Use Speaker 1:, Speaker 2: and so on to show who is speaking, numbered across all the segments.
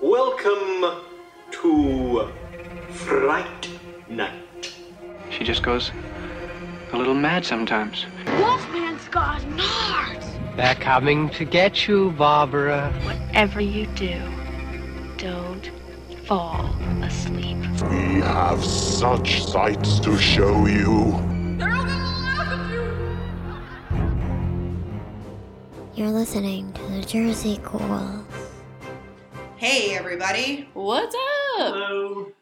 Speaker 1: Welcome to Fright Night.
Speaker 2: She just goes a little mad sometimes.
Speaker 3: Wolfman's got nards.
Speaker 4: They're coming to get you, Barbara.
Speaker 3: Whatever you do, don't fall asleep.
Speaker 5: We have such sights to show you.
Speaker 6: You're listening to the Jersey Ghouls.
Speaker 7: Hey, everybody.
Speaker 8: What's up?
Speaker 9: Hello.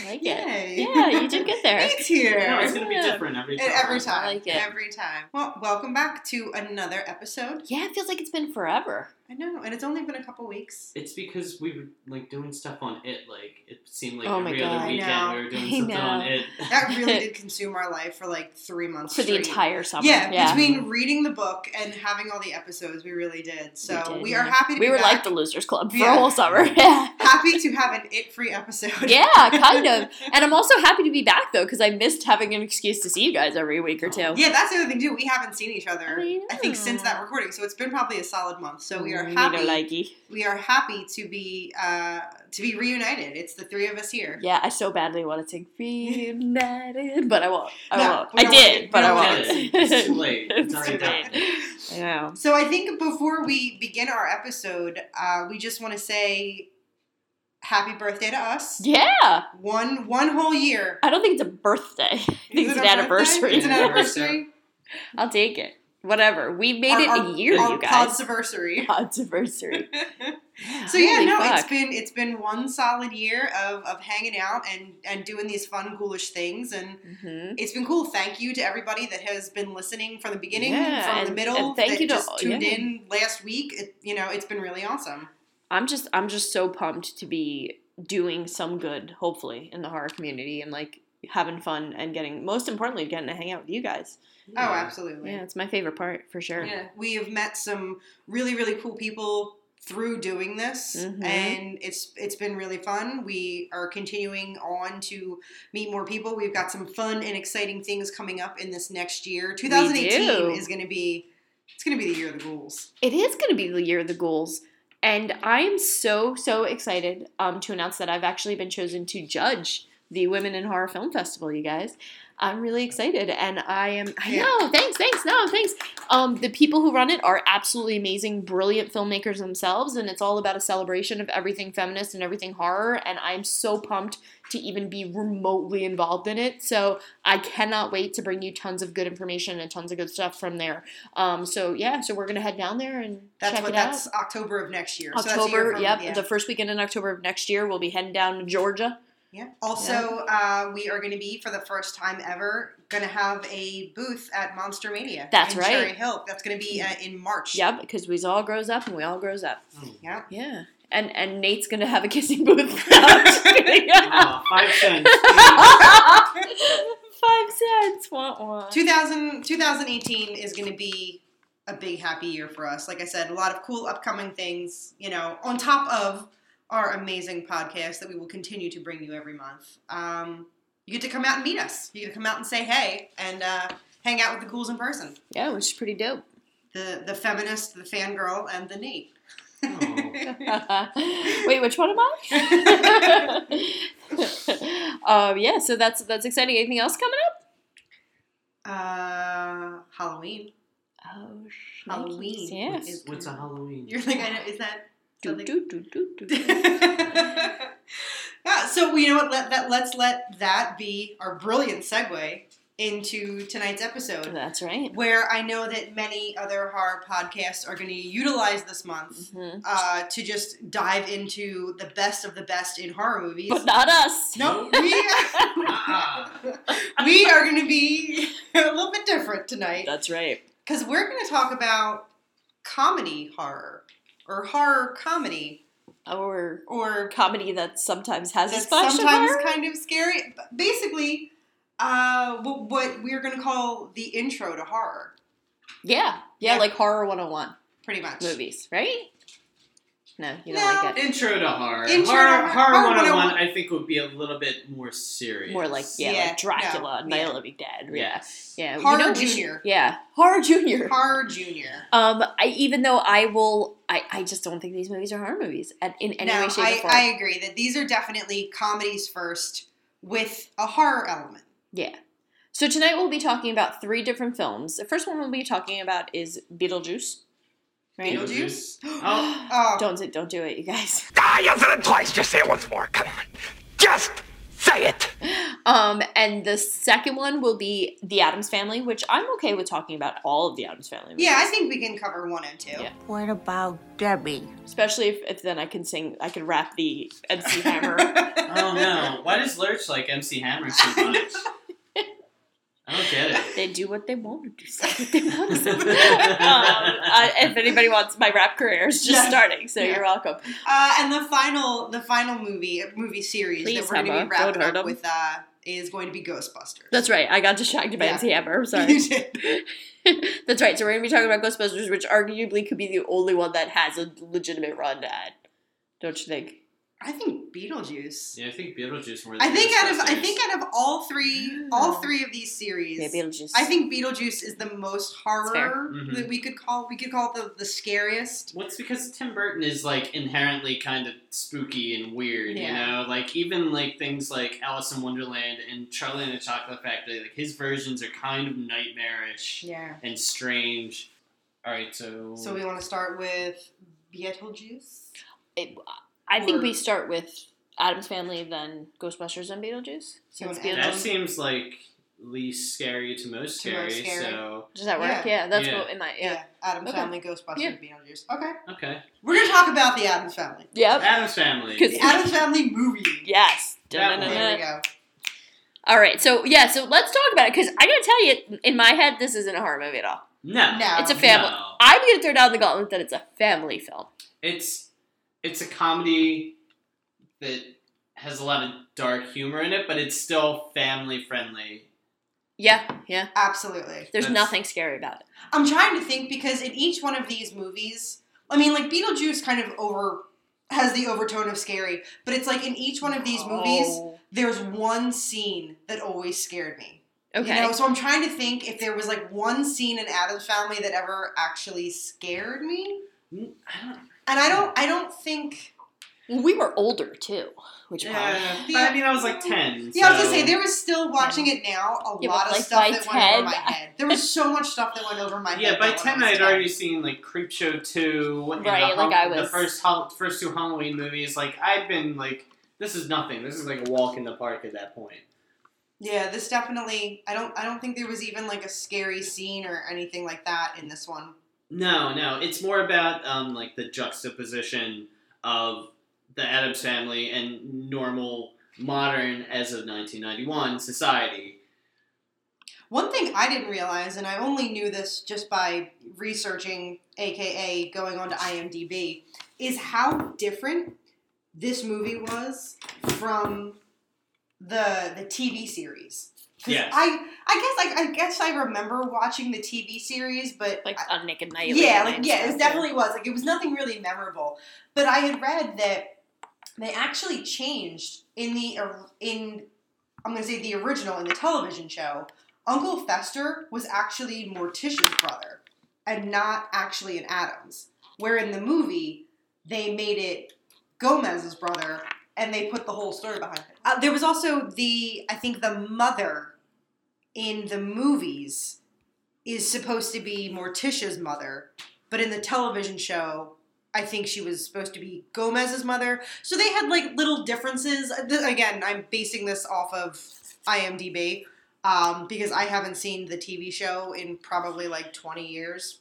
Speaker 8: I like
Speaker 7: Uh, Yay.
Speaker 8: it. Yeah, you did get there.
Speaker 7: It's here.
Speaker 9: No, it's gonna be
Speaker 8: Yeah.
Speaker 9: different every time.
Speaker 7: And every time.
Speaker 8: I like it.
Speaker 7: Every time. Well, welcome back to another episode.
Speaker 8: yeah, it feels like it's been forever.
Speaker 7: I know, and it's only been a couple weeks.
Speaker 9: It's because we were like doing stuff on it. Like it seemed like
Speaker 8: Oh my
Speaker 9: every
Speaker 8: God.
Speaker 9: other
Speaker 8: I
Speaker 9: weekend
Speaker 7: know.
Speaker 9: we were doing
Speaker 8: I
Speaker 9: something on
Speaker 8: know.
Speaker 9: it.
Speaker 7: That really did consume our life for like three months
Speaker 8: For the
Speaker 7: straight.
Speaker 8: entire summer.
Speaker 7: Yeah,
Speaker 8: Yeah.
Speaker 7: between reading the book and having all the episodes, we really did. So we,
Speaker 8: did,
Speaker 7: are
Speaker 8: yeah.
Speaker 7: happy to
Speaker 8: We
Speaker 7: be
Speaker 8: were
Speaker 7: back.
Speaker 8: like the Losers Club for
Speaker 7: Yeah.
Speaker 8: a whole summer. Yeah.
Speaker 7: happy to have an it free episode.
Speaker 8: Yeah, kind of. And I'm also happy to be back though, because I missed having an excuse to see you guys every week or two.
Speaker 7: Oh, Yeah, that's the other thing too. We haven't seen each other.
Speaker 8: I know.
Speaker 7: think since that recording, so it's been probably a solid month. So we are
Speaker 8: Mm,
Speaker 7: happy.
Speaker 8: know, likey.
Speaker 7: we are happy to be uh, to be reunited. It's the three of us here.
Speaker 8: Yeah, I so badly want to sing reunited, but I won't. I
Speaker 7: No,
Speaker 8: won't.
Speaker 7: we
Speaker 8: I
Speaker 7: don't want
Speaker 8: did,
Speaker 7: to-
Speaker 8: but
Speaker 7: we
Speaker 8: I
Speaker 7: don't
Speaker 8: won't.
Speaker 7: want
Speaker 9: Yeah, it's, it's too late. It's already
Speaker 8: It's too late.
Speaker 9: happened.
Speaker 8: I know.
Speaker 7: So I think before we begin our episode, uh, we just want to say happy birthday to us.
Speaker 8: Yeah,
Speaker 7: One one whole year.
Speaker 8: I don't think it's a birthday. I think
Speaker 7: Is it a
Speaker 8: it's an
Speaker 7: birthday?
Speaker 8: anniversary.
Speaker 7: It's an anniversary.
Speaker 8: I'll take it. Whatever. We made it
Speaker 7: Our-
Speaker 8: a year,
Speaker 7: our
Speaker 8: you guys.
Speaker 7: podsiversary.
Speaker 8: Podsiversary.
Speaker 7: So yeah,
Speaker 8: Holy
Speaker 7: no, it's
Speaker 8: fuck.
Speaker 7: been it's been one solid year of, of hanging out and, and doing these fun, ghoulish things and
Speaker 8: Mhm.
Speaker 7: it's been cool. Thank you to everybody that has been listening from the beginning,
Speaker 8: Yeah,
Speaker 7: from the
Speaker 8: and-
Speaker 7: middle,
Speaker 8: and thank
Speaker 7: that
Speaker 8: you to-
Speaker 7: just tuned
Speaker 8: yeah.
Speaker 7: in last week. It, you know, it's been really awesome. Oh,
Speaker 8: I'm just I'm just so pumped to be doing some good, hopefully, in the horror community and like having fun and getting most importantly getting to hang out with you guys.
Speaker 7: Oh, absolutely.
Speaker 8: Yeah, it's my favorite part for sure.
Speaker 7: Yeah, we have met some really really cool people through doing this
Speaker 8: Mhm.
Speaker 7: and it's it's been really fun. We are continuing on to meet more people. We've got some fun and exciting things coming up in this next year. 2018
Speaker 8: do.
Speaker 7: is going to be it's going to be the year of the ghouls.
Speaker 8: It is going to be the year of the ghouls. And I am so, so excited um, to announce that I've actually been chosen to judge the Women in Horror Film Festival, you guys. I'm really excited. And I am, I
Speaker 7: Yeah.
Speaker 8: know, thanks, thanks, no, thanks. Um, the people who run it are absolutely amazing, brilliant filmmakers themselves. And it's all about a celebration of everything feminist and everything horror. And I'm so pumped to even be remotely involved in it. So I cannot wait to bring you tons of good information and tons of good stuff from there. Um, so yeah, so we're gonna head down there and
Speaker 7: That's
Speaker 8: check
Speaker 7: what
Speaker 8: it
Speaker 7: that's
Speaker 8: out.
Speaker 7: October of next year. so that's a year
Speaker 8: October,
Speaker 7: from-
Speaker 8: yep,
Speaker 7: yeah.
Speaker 8: the first weekend in October of next year, we'll be heading down to Georgia.
Speaker 7: Yeah. Also, Uh, we are going to be for the first time ever going to have a booth at Monster Mania.
Speaker 8: That's
Speaker 7: in
Speaker 8: right.
Speaker 7: Cherry Hill. That's going to be uh, in March.
Speaker 8: Yep, because we all grows up and we all grows up.
Speaker 7: Yeah.
Speaker 8: Yeah, and and Nate's gonna have a kissing booth. No, I'm just kidding.
Speaker 9: Oh, five cents.
Speaker 8: Five cents. Wah, wah.
Speaker 7: 2000, 2018 is going to be a big happy year for us. Like I said, a lot of cool upcoming things, you know, on top of our amazing podcast that we will continue to bring you every month. Um, you get to come out and meet us. You get to come out and say hey and uh, hang out with the ghouls in person.
Speaker 8: Yeah, which is pretty dope.
Speaker 7: The the feminist, the fangirl, and the Nate.
Speaker 8: Wait, which one am I? um, yeah, so that's that's exciting. Anything else coming up?
Speaker 7: Uh, Halloween.
Speaker 8: Oh, shnikes.
Speaker 7: Halloween.
Speaker 8: Yeah.
Speaker 9: What's, what's a Halloween?
Speaker 7: You're like, I know, is that?
Speaker 8: Do,
Speaker 7: something-
Speaker 8: do, do, do, do.
Speaker 7: yeah, Ah, so you know what? Let that let's let that be our brilliant segue into tonight's episode,
Speaker 8: That's right.
Speaker 7: where I know that many other horror podcasts are going to utilize this month
Speaker 8: Mhm.
Speaker 7: uh, to just dive into the best of the best in horror movies.
Speaker 8: But not us.
Speaker 7: no, we
Speaker 9: Ah,
Speaker 7: we are going to be a little bit different tonight.
Speaker 8: That's right.
Speaker 7: Because we're going to talk about comedy horror or horror comedy
Speaker 8: Or
Speaker 7: or
Speaker 8: comedy that sometimes has a
Speaker 7: that's
Speaker 8: splash of
Speaker 7: sometimes
Speaker 8: horror.
Speaker 7: kind of scary. But Basically, uh, what, what we're going to call the intro to horror,
Speaker 8: Yeah. yeah.
Speaker 7: Yeah.
Speaker 8: like horror 101
Speaker 7: pretty much.
Speaker 8: movies, right? No, you
Speaker 7: No.
Speaker 8: don't like it.
Speaker 9: Intro to horror.
Speaker 7: Intro to
Speaker 9: horror,
Speaker 7: Horror
Speaker 9: horror 101,
Speaker 7: 101,
Speaker 9: I think, would be a little bit more serious.
Speaker 8: oh More like yeah,
Speaker 7: Yeah,
Speaker 8: like Dracula,
Speaker 7: no,
Speaker 8: Night
Speaker 7: yeah.
Speaker 8: of the Living Dead. Yeah,
Speaker 9: Yes.
Speaker 8: yeah. we
Speaker 7: Horror
Speaker 8: know we-
Speaker 7: Junior.
Speaker 8: yeah, horror junior.
Speaker 7: Horror Junior.
Speaker 8: Um, I even though I will, I, I just don't think these movies are horror movies at, in any
Speaker 7: no,
Speaker 8: way, shape,
Speaker 7: I,
Speaker 8: or form.
Speaker 7: I agree that these are definitely comedies first with a horror element.
Speaker 8: Yeah. So tonight we'll be talking about three different films. The first one we'll be talking about is Beetlejuice. Right?
Speaker 7: Beetlejuice?
Speaker 9: Oh,
Speaker 7: Oh,
Speaker 8: Don't do- don't do it, you guys.
Speaker 10: Ah, you said it twice. Just say it once more. Come on. Just say it.
Speaker 8: Um, and the second one will be The Adams Family, which I'm okay with talking about all of the Adams Family. Movies.
Speaker 7: yeah, I think we can cover one and two.
Speaker 8: Yeah.
Speaker 6: What about Debbie?
Speaker 8: especially if, if then I can sing, I could rap the MC Hammer.
Speaker 9: oh no. Why does Lurch like MC Hammer so much? I don't get it.
Speaker 8: they do what they want to do, say what they want to say. um, I, if anybody wants my rap career, is just
Speaker 7: Yeah.
Speaker 8: starting, so
Speaker 7: Yeah.
Speaker 8: you're welcome.
Speaker 7: Uh, and the final, the final movie movie series
Speaker 8: Please,
Speaker 7: that we're going to
Speaker 8: Emma,
Speaker 7: be wrapping
Speaker 8: don't hurt
Speaker 7: up
Speaker 8: 'em.
Speaker 7: with uh, is going to be Ghostbusters.
Speaker 8: That's right. I got distracted by
Speaker 7: Yeah.
Speaker 8: MC Hammer. I'm sorry.
Speaker 7: You did.
Speaker 8: That's right. So we're gonna be talking about Ghostbusters, which arguably could be the only one that has a legitimate run at. Don't you think?
Speaker 7: I think Beetlejuice.
Speaker 9: Yeah, I think Beetlejuice more than
Speaker 7: I think out of I
Speaker 9: Ghostbusters.
Speaker 7: think out of all three, all three of these series,
Speaker 8: Maybe it'll just.
Speaker 7: I think Beetlejuice is the most
Speaker 8: fair.
Speaker 7: horror
Speaker 9: Mhm.
Speaker 7: that we could call. We could call it the, the scariest.
Speaker 9: Well, it's because Tim Burton is like inherently kind of spooky and weird,
Speaker 7: Yeah.
Speaker 9: you know. Like even like things like Alice in Wonderland and Charlie and the Chocolate Factory, like his versions are kind of nightmarish
Speaker 7: Yeah.
Speaker 9: and strange. All right, so
Speaker 7: So we want to start with Beetlejuice.
Speaker 8: It- I think we
Speaker 7: Or-
Speaker 8: start with Adam's Family, then Ghostbusters, and Beetlejuice.
Speaker 7: So
Speaker 8: Since
Speaker 7: an
Speaker 8: Beetlejuice.
Speaker 9: that seems like least scary to most
Speaker 7: To most
Speaker 9: scary.
Speaker 7: scary.
Speaker 9: So
Speaker 8: Does that work? Yeah,
Speaker 7: Yeah.
Speaker 8: that's
Speaker 9: Yeah.
Speaker 8: what in my yeah.
Speaker 7: Adam's
Speaker 8: Okay.
Speaker 7: Family, Ghostbusters,
Speaker 8: Yeah.
Speaker 7: Beetlejuice. Okay,
Speaker 9: okay,
Speaker 7: we're gonna talk about the Adam's Family.
Speaker 8: Yep.
Speaker 9: Adam's Family.
Speaker 8: 'Cause-
Speaker 7: The Adam's Family movie.
Speaker 8: Yes.
Speaker 9: That one.
Speaker 7: There
Speaker 8: Dun-dun-dun-dun.
Speaker 7: we go.
Speaker 8: All right. So yeah. So let's talk about it because I gotta tell you, in my head, this isn't a horror movie at all.
Speaker 9: No,
Speaker 7: No.
Speaker 8: It's a family.
Speaker 9: No.
Speaker 8: I'm gonna throw down the gauntlet that it's a family film.
Speaker 9: it's it's a comedy that has a lot of dark humor in it, but it's still family friendly.
Speaker 8: Yeah. Yeah.
Speaker 7: Absolutely.
Speaker 8: There's
Speaker 9: That's-
Speaker 8: nothing scary about it.
Speaker 7: I'm trying to think because in each one of these movies, I mean, like Beetlejuice kind of over has the overtone of scary, but it's like in each one of these movies,
Speaker 8: Oh.
Speaker 7: there's one scene that always scared me.
Speaker 8: Okay.
Speaker 7: You know, so I'm trying to think if there was like one scene in Adam's Family that ever actually scared me.
Speaker 9: Mm, I don't
Speaker 7: And I don't, I don't think.
Speaker 8: Well, we were older too, which probably.
Speaker 9: Yeah, but I mean, I was like ten.
Speaker 7: Yeah, I was
Speaker 9: so-
Speaker 7: gonna say there was still watching it now a
Speaker 8: Yeah, but,
Speaker 7: lot of
Speaker 8: like,
Speaker 7: stuff
Speaker 8: by
Speaker 7: that went over
Speaker 8: 10
Speaker 7: my head. There was so much stuff that went over my
Speaker 9: Yeah,
Speaker 7: head.
Speaker 9: by
Speaker 7: though, when I
Speaker 9: ten,
Speaker 7: was
Speaker 9: I'd already seen like Creepshow two. and
Speaker 8: Right,
Speaker 9: the,
Speaker 8: like,
Speaker 9: Hall-
Speaker 8: I was-
Speaker 9: the first Hall- first two Halloween movies. Like I'd been like, this is nothing. This is like a walk in the park at that point.
Speaker 7: Yeah, this definitely. I don't. I don't think there was even like a scary scene or anything like that in this one.
Speaker 9: No, no, it's more about um like the juxtaposition of the Adams family and normal modern as of 1991 society.
Speaker 7: One thing I didn't realize, and I only knew this just by researching, aka going on to IMDb, is how different this movie was from the the TV series. 'Cause
Speaker 9: Yes.
Speaker 7: I I guess I, I guess I remember watching the TV series, but
Speaker 8: Like
Speaker 7: I-
Speaker 8: on Nick and Knight.
Speaker 7: yeah, like yeah, it definitely was. Like it was nothing really memorable. But I had read that they actually changed in the or- in I'm going to say the original in the television show. Uncle Fester was actually Morticia's brother and not actually an Adams. Where in the movie they made it Gomez's brother and they put the whole story behind it. Uh, there was also the I think the mother in the movies is supposed to be Morticia's mother, but in the television show, I think she was supposed to be Gomez's mother. So they had like little differences. Uh, th- Again, I'm basing this off of IMDb um, because I haven't seen the TV show in probably like 20 years.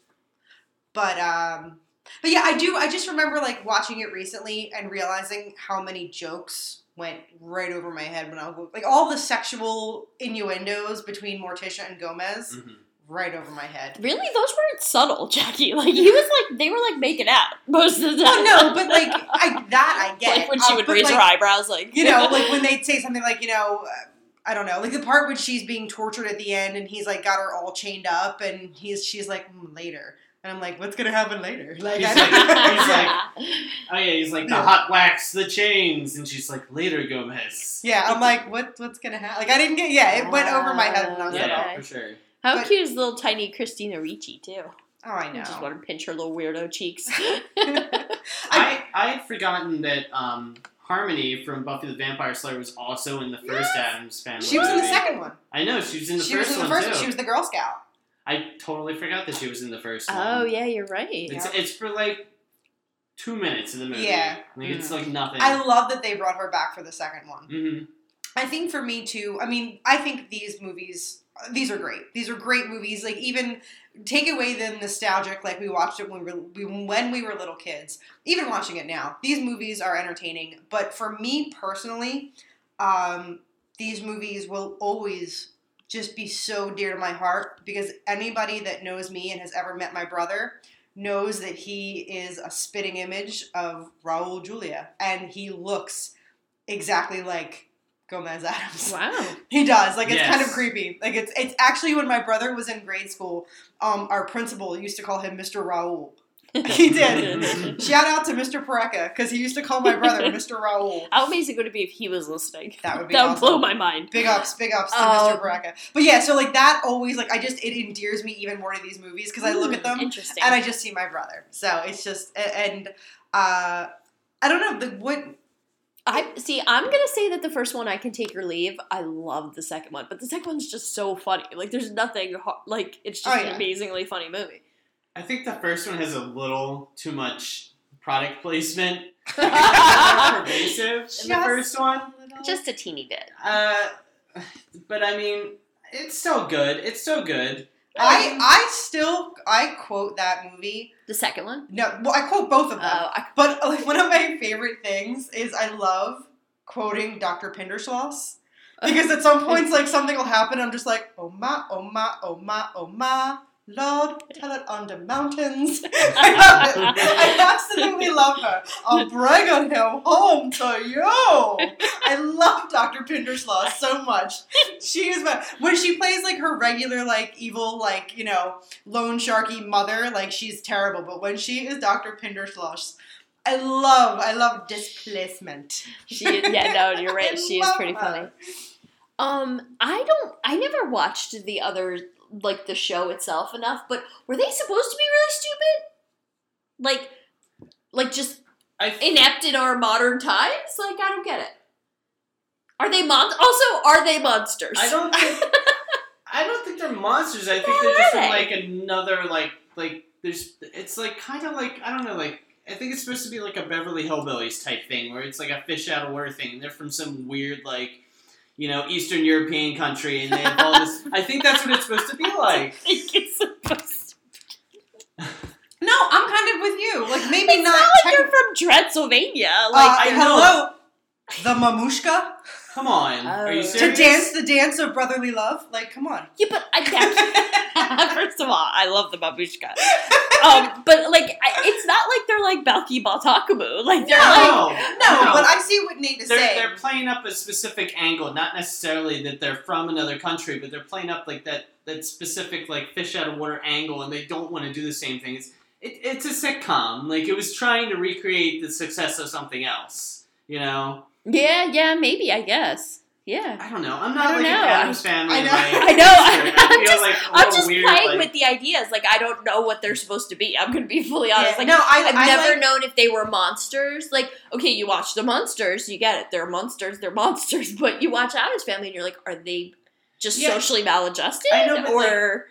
Speaker 7: But um, but yeah, I do. I just remember like watching it recently and realizing how many jokes went right over my head when I was like all the sexual innuendos between Morticia and Gomez
Speaker 9: Mhm.
Speaker 7: right over my head.
Speaker 8: Really, those weren't subtle, Jackie. Like he was like they were like making out most of the time.
Speaker 7: Oh no, but like I that I get.
Speaker 8: like when she
Speaker 7: Um,
Speaker 8: would
Speaker 7: but,
Speaker 8: raise her
Speaker 7: like,
Speaker 8: eyebrows, like
Speaker 7: You know, like when they'd say something like, you know, uh, I don't know, like the part when she's being tortured at the end and he's like got her all chained up and he's she's like mm, later. and I'm like, what's gonna happen later? Like,
Speaker 9: He's
Speaker 7: I don't-
Speaker 9: like- he's like, Oh yeah, he's like the hot wax, the chains, and she's like, later, Gomez.
Speaker 7: yeah, I'm like, what what's gonna happen? Like, I didn't get. Yeah, it went over my head, and I was
Speaker 9: Yeah,
Speaker 7: like,
Speaker 8: Okay.
Speaker 9: for sure.
Speaker 8: How
Speaker 7: But-
Speaker 8: cute is little tiny Christina Ricci too?
Speaker 7: oh, I
Speaker 8: I just
Speaker 7: know. Um,
Speaker 8: want to pinch her little weirdo cheeks.
Speaker 9: I I had forgotten that um, Harmony from Buffy the Vampire Slayer was also in the first Adams Family.
Speaker 7: She was in the
Speaker 9: movie.
Speaker 7: second one.
Speaker 9: I know she was in the
Speaker 7: she
Speaker 9: first
Speaker 7: was in the
Speaker 9: one
Speaker 7: first
Speaker 9: too.
Speaker 7: one. She was the Girl Scout.
Speaker 9: I totally forgot that she was in the first one.
Speaker 8: oh yeah, you're right.
Speaker 9: It's it's for like two minutes of the movie.
Speaker 7: Yeah.
Speaker 9: Like it's like nothing.
Speaker 7: I love that they brought her back for the second one.
Speaker 9: Mhm.
Speaker 7: I think for me too. I mean, I think these movies, these are great. These are great movies. Like even take away the nostalgic, like we watched it when we were we, when we were little kids. Even watching it now, these movies are entertaining. But for me personally, um, these movies will always just be so dear to my heart because anybody that knows me and has ever met my brother knows that he is a spitting image of Raul Julia, and he looks exactly like Gomez Adams.
Speaker 8: Wow.
Speaker 7: He does. Like it's kind of
Speaker 9: Yes.
Speaker 7: creepy. Like it's it's actually when my brother was in grade school, um, our principal used to call him Mr. Raul. He did. Shout out to Mr. Pareka because he used to call my brother Mr. Raul.
Speaker 8: How amazing would it be if he was listening?
Speaker 7: That would be
Speaker 8: that would blow
Speaker 7: awesome.
Speaker 8: my mind.
Speaker 7: Big ups, big ups to
Speaker 8: Um,
Speaker 7: Mr. Pareka. But yeah, so like that always like I just it endears me even more to these movies because I look at them
Speaker 8: Hmm, Mm, Interesting.
Speaker 7: and I just see my brother. So it's just a- and uh, I don't know the what
Speaker 8: I see. I'm gonna say that the first one I can take or leave. I love the second one, but the second one's just so funny. Like there's nothing ho- like it's just
Speaker 7: Oh,
Speaker 8: an
Speaker 7: yeah.
Speaker 8: amazingly funny movie.
Speaker 9: I think the first one has a little too much product placement. pervasive in the
Speaker 7: Just-
Speaker 9: first one.
Speaker 8: just a teeny bit.
Speaker 9: Uh, but I mean, it's still good. It's still good.
Speaker 8: um
Speaker 7: I I still I quote that movie.
Speaker 8: The second one.
Speaker 7: No, well I quote both of them.
Speaker 8: Oh, I,
Speaker 7: But like one of my favorite things is I love quoting Dr. Pinderschloss. Because at some points like something will happen, I'm just like, oh my, oh my, oh my, oh my, Lord, tell it on the mountains. I love it. I absolutely love her. I'll bring on him home to you. I love Dr. Pinderschloss so much. She is my when she plays like her regular, like evil, like, you know, lone sharky mother, like she's terrible. But when she is Dr. Pinderschloss, I love, I love displacement.
Speaker 8: she. Yeah, no, you're
Speaker 7: I
Speaker 8: right. She is
Speaker 7: love
Speaker 8: pretty funny.
Speaker 7: her.
Speaker 8: Um, I don't. I never watched the other like the show itself enough. But were they supposed to be really stupid? Like, like just
Speaker 9: I f-
Speaker 8: inept in our modern times? Like, I don't get it. Are they mon? Also, are they monsters?
Speaker 9: I don't think. I don't think they're monsters. I think
Speaker 8: hell
Speaker 9: they're just
Speaker 8: are
Speaker 9: from,
Speaker 8: they?
Speaker 9: like another like like there's. It's like kind of like I don't know like. I think it's supposed to be like a Beverly Hillbillies type thing, where it's like a fish out of water thing. They're from some weird, like, you know, Eastern European country, and they have all this. I think that's what it's supposed to be like.
Speaker 8: think it's supposed.
Speaker 7: No, I'm kind of with you. Like maybe
Speaker 8: It's
Speaker 7: not.
Speaker 8: not, like
Speaker 7: technically-
Speaker 8: they're from Transylvania.
Speaker 7: Uh,
Speaker 8: Like,
Speaker 9: I
Speaker 7: hello, the mamushka
Speaker 9: Come on, are
Speaker 8: Oh.
Speaker 9: you
Speaker 8: To
Speaker 7: to
Speaker 9: serious?
Speaker 7: dance the dance of brotherly love. Like, come on.
Speaker 8: yeah, but I that- First of all, I love the babushka. Um, but like, I, it's not like they're like Balki Baltakamu. Like they're like
Speaker 9: No,
Speaker 7: No, but I see what Nate is
Speaker 9: they're,
Speaker 7: saying.
Speaker 9: they're playing up a specific angle, not necessarily that they're from another country, but they're playing up like that that specific like fish out of water angle, and they don't want to do the same thing. It's it, it's a sitcom. Like it was trying to recreate the success of something else. You know,
Speaker 8: yeah, yeah, maybe I guess. Yeah,
Speaker 9: I don't know. I'm
Speaker 8: I
Speaker 9: not
Speaker 8: don't
Speaker 9: like
Speaker 8: know.
Speaker 9: an Adams family.
Speaker 7: I know.
Speaker 9: Like,
Speaker 8: I know.
Speaker 9: I,
Speaker 8: I'm
Speaker 9: feel
Speaker 8: just-
Speaker 9: like a
Speaker 8: I'm
Speaker 9: little
Speaker 8: just
Speaker 9: weird,
Speaker 8: playing
Speaker 9: like,
Speaker 8: with the ideas. Like I don't know what they're supposed to be. I'm gonna be fully honest.
Speaker 7: Yeah.
Speaker 8: Like
Speaker 7: no, I,
Speaker 8: I've
Speaker 7: I
Speaker 8: never
Speaker 7: like-
Speaker 8: known if they were monsters. Like, okay, you watch the monsters, you get it. They're monsters, they're monsters. But you watch Adam's Family and you're like, are they just
Speaker 9: Yeah.
Speaker 8: socially maladjusted?
Speaker 9: I know, but, like,
Speaker 8: or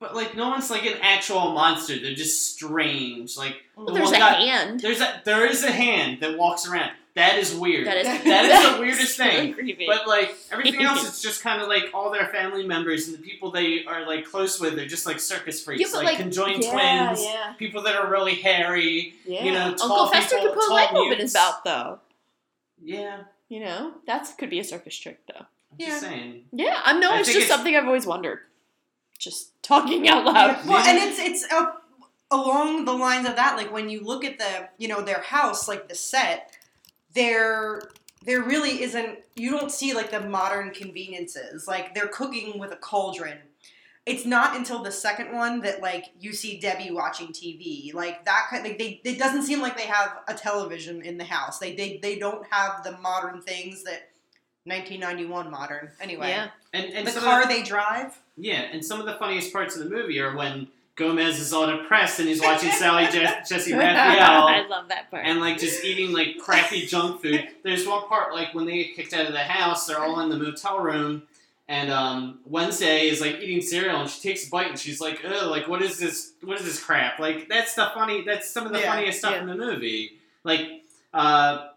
Speaker 9: but like no one's like an actual monster. They're just strange. Like the
Speaker 8: Well, there's
Speaker 9: one
Speaker 8: a
Speaker 9: guy-
Speaker 8: hand.
Speaker 9: There's a there is a hand that walks around. That is weird.
Speaker 8: That is
Speaker 9: That is the weirdest
Speaker 8: really
Speaker 9: thing.
Speaker 8: creepy.
Speaker 9: But like everything else, it's just kind of like all their family members and the people they are like close with. They're just like circus freaks,
Speaker 8: Yeah, but,
Speaker 9: like,
Speaker 8: like,
Speaker 9: conjoined
Speaker 8: yeah,
Speaker 9: twins,
Speaker 8: yeah,
Speaker 9: people that are really hairy.
Speaker 8: yeah.
Speaker 9: you know,
Speaker 8: Uncle
Speaker 9: tall
Speaker 8: Fester
Speaker 9: people,
Speaker 8: could put a
Speaker 9: tall
Speaker 8: light bulb in his
Speaker 9: mutes.
Speaker 8: mouth, though.
Speaker 9: Yeah,
Speaker 8: You know, that could be a circus trick, though.
Speaker 9: I'm
Speaker 7: Yeah.
Speaker 9: just saying.
Speaker 8: Yeah, I know.
Speaker 9: I
Speaker 8: it's
Speaker 9: think
Speaker 8: just
Speaker 9: it's-
Speaker 8: something I've always wondered. Just talking out loud.
Speaker 7: Well, and it's it's uh, along the lines of that. Like when you look at the you know their house, like the set, there there really isn't. You don't see like the modern conveniences. Like they're cooking with a cauldron. it's not until the second one that like you see Debbie watching TV. Like that kind like they it doesn't seem like they have a television in the house. They they they don't have the modern things that 1991 modern. Anyway.
Speaker 8: Yeah.
Speaker 9: And, and
Speaker 7: the
Speaker 9: some
Speaker 7: car
Speaker 9: of the,
Speaker 7: they drive.
Speaker 9: yeah, and some of the funniest parts of the movie are when Gomez is all depressed and he's watching Sally Je- Jesse
Speaker 8: I
Speaker 9: Raphael
Speaker 8: love that part.
Speaker 9: and like just eating like crappy junk food. There's one part like when they get kicked out of the house, they're all in the motel room, and um, Wednesday is like eating cereal, and she takes a bite, and she's like, "Ugh, like what is this? What is this crap?" Like that's the funny. That's some of the
Speaker 7: Yeah,
Speaker 9: funniest stuff
Speaker 8: yeah.
Speaker 9: in the movie. Like, uh,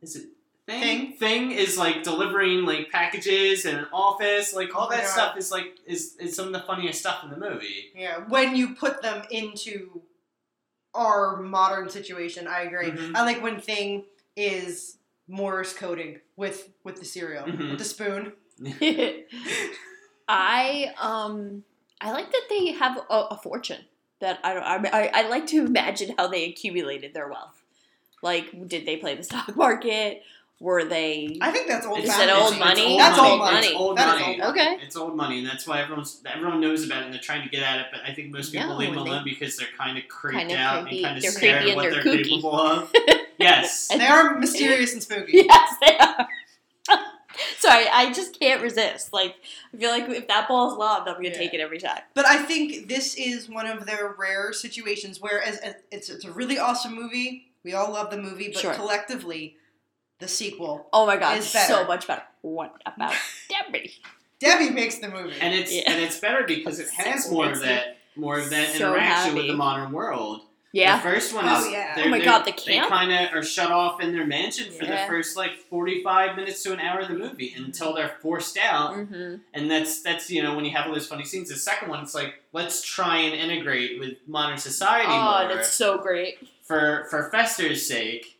Speaker 9: is it thing?
Speaker 7: Thing.
Speaker 9: Thing is like delivering like packages in an office. Like all
Speaker 7: Oh my
Speaker 9: that
Speaker 7: God.
Speaker 9: stuff is like is is some of the funniest stuff in the movie.
Speaker 7: Yeah. When you put them into our modern situation, I agree.
Speaker 8: Mm-hmm.
Speaker 9: Mhm.
Speaker 7: I like when thing is Morse coding with with the cereal,
Speaker 8: Mm-hmm.
Speaker 9: Mhm.
Speaker 7: with the spoon.
Speaker 8: I um I like that they have a, a fortune that I don't I, I I like to imagine how they accumulated their wealth. Like, did they play the stock market? Were they?
Speaker 7: I think that's old.
Speaker 8: Is it
Speaker 7: fashioned.
Speaker 8: old
Speaker 9: it's
Speaker 8: money?
Speaker 9: old
Speaker 7: That's
Speaker 9: money.
Speaker 7: old money.
Speaker 9: It's old
Speaker 7: That is
Speaker 9: money.
Speaker 7: old
Speaker 8: money. Okay.
Speaker 9: It's old money, and that's why everyone's everyone knows about it, and they're trying to get at it. But I think most people
Speaker 8: No,
Speaker 9: leave them
Speaker 8: and they-
Speaker 9: alone because they're kind of creeped
Speaker 8: Kinda
Speaker 9: out
Speaker 8: creepy.
Speaker 9: and kind of
Speaker 8: They're
Speaker 9: scared
Speaker 8: creepy
Speaker 9: of
Speaker 8: and
Speaker 9: what
Speaker 8: they're
Speaker 9: they're,
Speaker 8: kooky.
Speaker 9: capable of. yes.
Speaker 7: They are mysterious and spooky.
Speaker 8: yes, they are. Sorry, I just can't resist. Like, I feel like if that ball's lobbed, I'm gonna
Speaker 7: Yeah.
Speaker 8: take it every time.
Speaker 7: But I think this is one of their rare situations where as, as- it's it's a really awesome movie. We all love the movie, but
Speaker 8: Sure.
Speaker 7: collectively, the sequel.
Speaker 8: Oh my god,
Speaker 7: It's better.
Speaker 8: so much better. What about Debbie?
Speaker 7: Debbie makes the movie.
Speaker 9: and it's
Speaker 8: Yeah.
Speaker 9: and it's better because it has
Speaker 8: So
Speaker 9: more of
Speaker 8: it's-
Speaker 9: that more of that
Speaker 8: so
Speaker 9: interaction with
Speaker 8: happy.
Speaker 9: the modern world.
Speaker 8: Yeah,
Speaker 9: The first one
Speaker 7: Oh,
Speaker 9: is
Speaker 7: yeah.
Speaker 9: they're-
Speaker 8: Oh my
Speaker 9: they're-
Speaker 8: God, the camp?
Speaker 9: They kind of are shut off in their mansion for the
Speaker 8: Yeah.
Speaker 9: first like forty five minutes to an hour of the movie until they're forced out.
Speaker 8: hmm
Speaker 9: and that's that's you know when you have all those funny scenes. The second one, it's like let's try and integrate with modern society
Speaker 8: Oh,
Speaker 9: more
Speaker 8: that's so great.
Speaker 9: for for Fester's sake,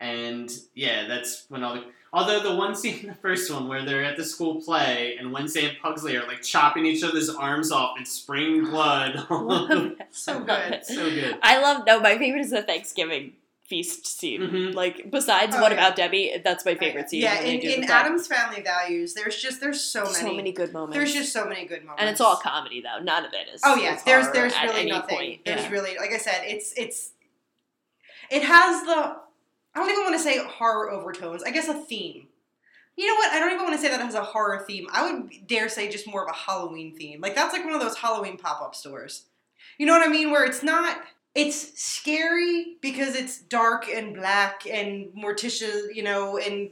Speaker 9: and yeah, that's when all the. Although the one scene in the first one where they're at the school play and Wednesday and Pugsley are like chopping each other's arms off and spraying blood. all
Speaker 8: Love
Speaker 9: over-
Speaker 7: so
Speaker 8: Love
Speaker 7: good.
Speaker 8: it.
Speaker 9: so good.
Speaker 8: I love no. My favorite is the Thanksgiving feast scene.
Speaker 9: Mhm.
Speaker 8: Like besides
Speaker 7: Oh,
Speaker 8: what
Speaker 7: yeah. Oh,
Speaker 8: about Debbie? That's my favorite scene.
Speaker 7: Yeah,
Speaker 8: when they
Speaker 7: in,
Speaker 8: do the
Speaker 7: in
Speaker 8: dog.
Speaker 7: Adam's Family Values, there's just there's so many.
Speaker 8: so many, good moments.
Speaker 7: There's just so many good moments.
Speaker 8: and it's all comedy though. None of it is.
Speaker 7: Oh yeah,
Speaker 8: is
Speaker 7: there's
Speaker 8: horror
Speaker 7: there's
Speaker 8: at
Speaker 7: really
Speaker 8: any
Speaker 7: nothing.
Speaker 8: Point.
Speaker 7: There's
Speaker 8: yeah.
Speaker 7: really like I said, it's it's it has the I don't even want to say horror overtones. I guess a theme. You know what? I don't even want to say that it has a horror theme. I would dare say just more of a Halloween theme. Like that's like one of those Halloween pop-up stores. You know what I mean? Where it's not it's scary because it's dark and black and Morticia, you know, and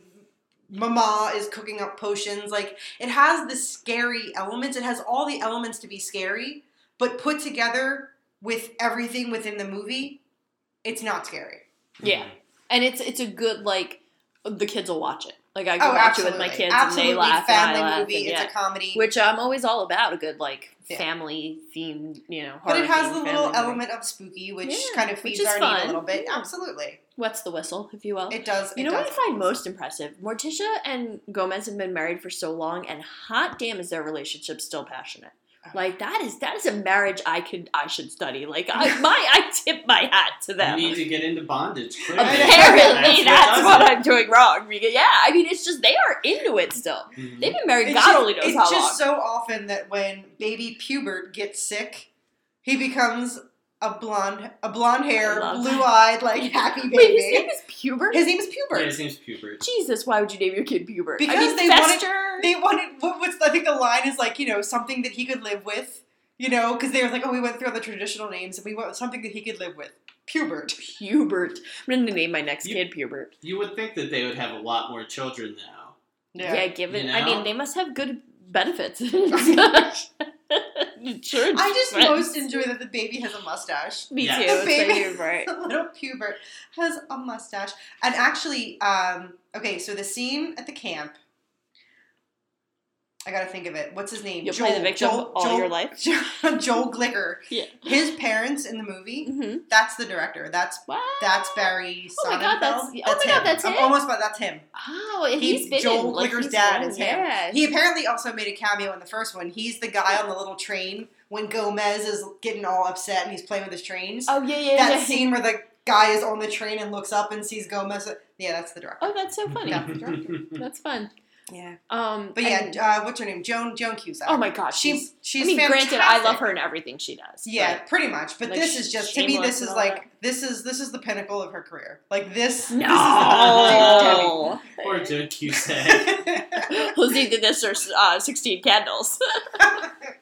Speaker 7: Mama is cooking up potions. Like it has the scary elements. It has all the elements to be scary, but put together with everything within the movie, it's not scary.
Speaker 8: yeah, and it's it's a good like the kids will watch it. Like I
Speaker 7: Oh,
Speaker 8: can watch
Speaker 7: absolutely.
Speaker 8: it with my kids
Speaker 7: absolutely.
Speaker 8: and they laugh
Speaker 7: Family
Speaker 8: and I laugh.
Speaker 7: movie.
Speaker 8: and, yeah.
Speaker 7: It's a comedy.
Speaker 8: Which I'm always all about a good like
Speaker 7: Yeah.
Speaker 8: family themed, you know.
Speaker 7: but it
Speaker 8: horror
Speaker 7: has
Speaker 8: themed
Speaker 7: the
Speaker 8: family
Speaker 7: little
Speaker 8: movie.
Speaker 7: element of spooky, which
Speaker 8: Yeah,
Speaker 7: kind of
Speaker 8: which
Speaker 7: feeds
Speaker 8: is
Speaker 7: our need
Speaker 8: fun.
Speaker 7: a little bit.
Speaker 8: Yeah.
Speaker 7: Absolutely,
Speaker 8: What's the whistle, if you will?
Speaker 7: it does.
Speaker 8: You
Speaker 7: it
Speaker 8: know what I
Speaker 7: does.
Speaker 8: find most impressive? Morticia and Gomez have been married for so long, and hot damn, is their relationship still passionate?
Speaker 7: Oh.
Speaker 8: Like that is that is a marriage I could I should study. Like I, my I tip my hat to them.
Speaker 9: You need to get into bondage. quick.
Speaker 8: Apparently, that's
Speaker 9: that's
Speaker 8: what
Speaker 9: does it.
Speaker 8: I'm doing wrong. Because, yeah, I mean, it's just they are into it still.
Speaker 9: Mhm.
Speaker 8: They've been married
Speaker 7: It's
Speaker 8: God
Speaker 7: just-
Speaker 8: only knows
Speaker 7: it's
Speaker 8: how long.
Speaker 7: just so often that when baby Pubert gets sick, he becomes a blonde, a blonde hair,
Speaker 8: love
Speaker 7: blue eyed, like happy
Speaker 8: Wait, his name
Speaker 7: baby.
Speaker 8: is Pubert.
Speaker 7: His name is
Speaker 9: Yeah,
Speaker 7: Pubert.
Speaker 9: his name's Pubert.
Speaker 8: Jesus, why would you name your kid Pubert? I
Speaker 7: Because
Speaker 8: mean,
Speaker 7: they wanted-
Speaker 8: Fester.
Speaker 7: They wanted what, what's I think the line is like you know something that he could live with, you know, because they were like oh we went through all the traditional names and we want something that he could live with. Pubert.
Speaker 8: Pubert. I'm gonna name my next
Speaker 9: You-
Speaker 8: kid Pubert.
Speaker 9: You would think that they would have a lot more children now.
Speaker 8: Yeah, given
Speaker 9: You
Speaker 8: I
Speaker 9: know?
Speaker 8: mean they must have good benefits. Sure.
Speaker 7: I just
Speaker 8: friends.
Speaker 7: most enjoy that the baby has a mustache.
Speaker 8: Me
Speaker 9: Yeah.
Speaker 8: too.
Speaker 9: The
Speaker 8: It's my
Speaker 7: baby-
Speaker 8: favorite part.
Speaker 7: The little pubert has a mustache. And actually, um, okay, so the scene at the camp. I gotta think of it. What's his name?
Speaker 8: You'll play the victim all your life.
Speaker 7: Joel, Joel Glicker.
Speaker 8: Yeah.
Speaker 7: His parents in the movie.
Speaker 8: hmm
Speaker 7: That's the director. That's
Speaker 8: Wow.
Speaker 7: that's Barry.
Speaker 8: Oh my God,
Speaker 7: Sonnenfeld.
Speaker 8: that's- oh my
Speaker 7: him.
Speaker 8: God, that's
Speaker 7: I'm
Speaker 8: him?
Speaker 7: almost about that's him.
Speaker 8: Oh, and
Speaker 7: He-
Speaker 8: he's been
Speaker 7: Joel
Speaker 8: in, like,
Speaker 7: Whitaker's
Speaker 8: he's
Speaker 7: dad
Speaker 8: been-
Speaker 7: is him.
Speaker 8: Yeah.
Speaker 7: He apparently also made a cameo in the first one. He's the guy on the little train when Gomez is getting all upset and he's playing with his trains.
Speaker 8: oh yeah, yeah,
Speaker 7: that
Speaker 8: yeah.
Speaker 7: scene where the guy is on the train and looks up and sees Gomez. Yeah, that's the director.
Speaker 8: Oh, that's so funny.
Speaker 7: Yeah.
Speaker 8: that's fun.
Speaker 7: Yeah.
Speaker 8: Um,
Speaker 7: But yeah,
Speaker 8: and-
Speaker 7: uh, what's her name? Joan Joan Cusack.
Speaker 8: oh my gosh,
Speaker 7: She's she's
Speaker 8: she's. I mean,
Speaker 7: fantastic.
Speaker 8: granted, I love her in everything she does.
Speaker 7: Yeah, pretty much. But
Speaker 8: Like,
Speaker 7: this
Speaker 8: she's
Speaker 7: is just to me.
Speaker 8: shameless
Speaker 7: This is
Speaker 8: and all
Speaker 7: like this is this is the pinnacle of her career. Like this.
Speaker 8: but-
Speaker 9: No.
Speaker 8: No.
Speaker 9: Poor Joan Cusack.
Speaker 7: This is
Speaker 8: Who's either this or uh, Sixteen Candles?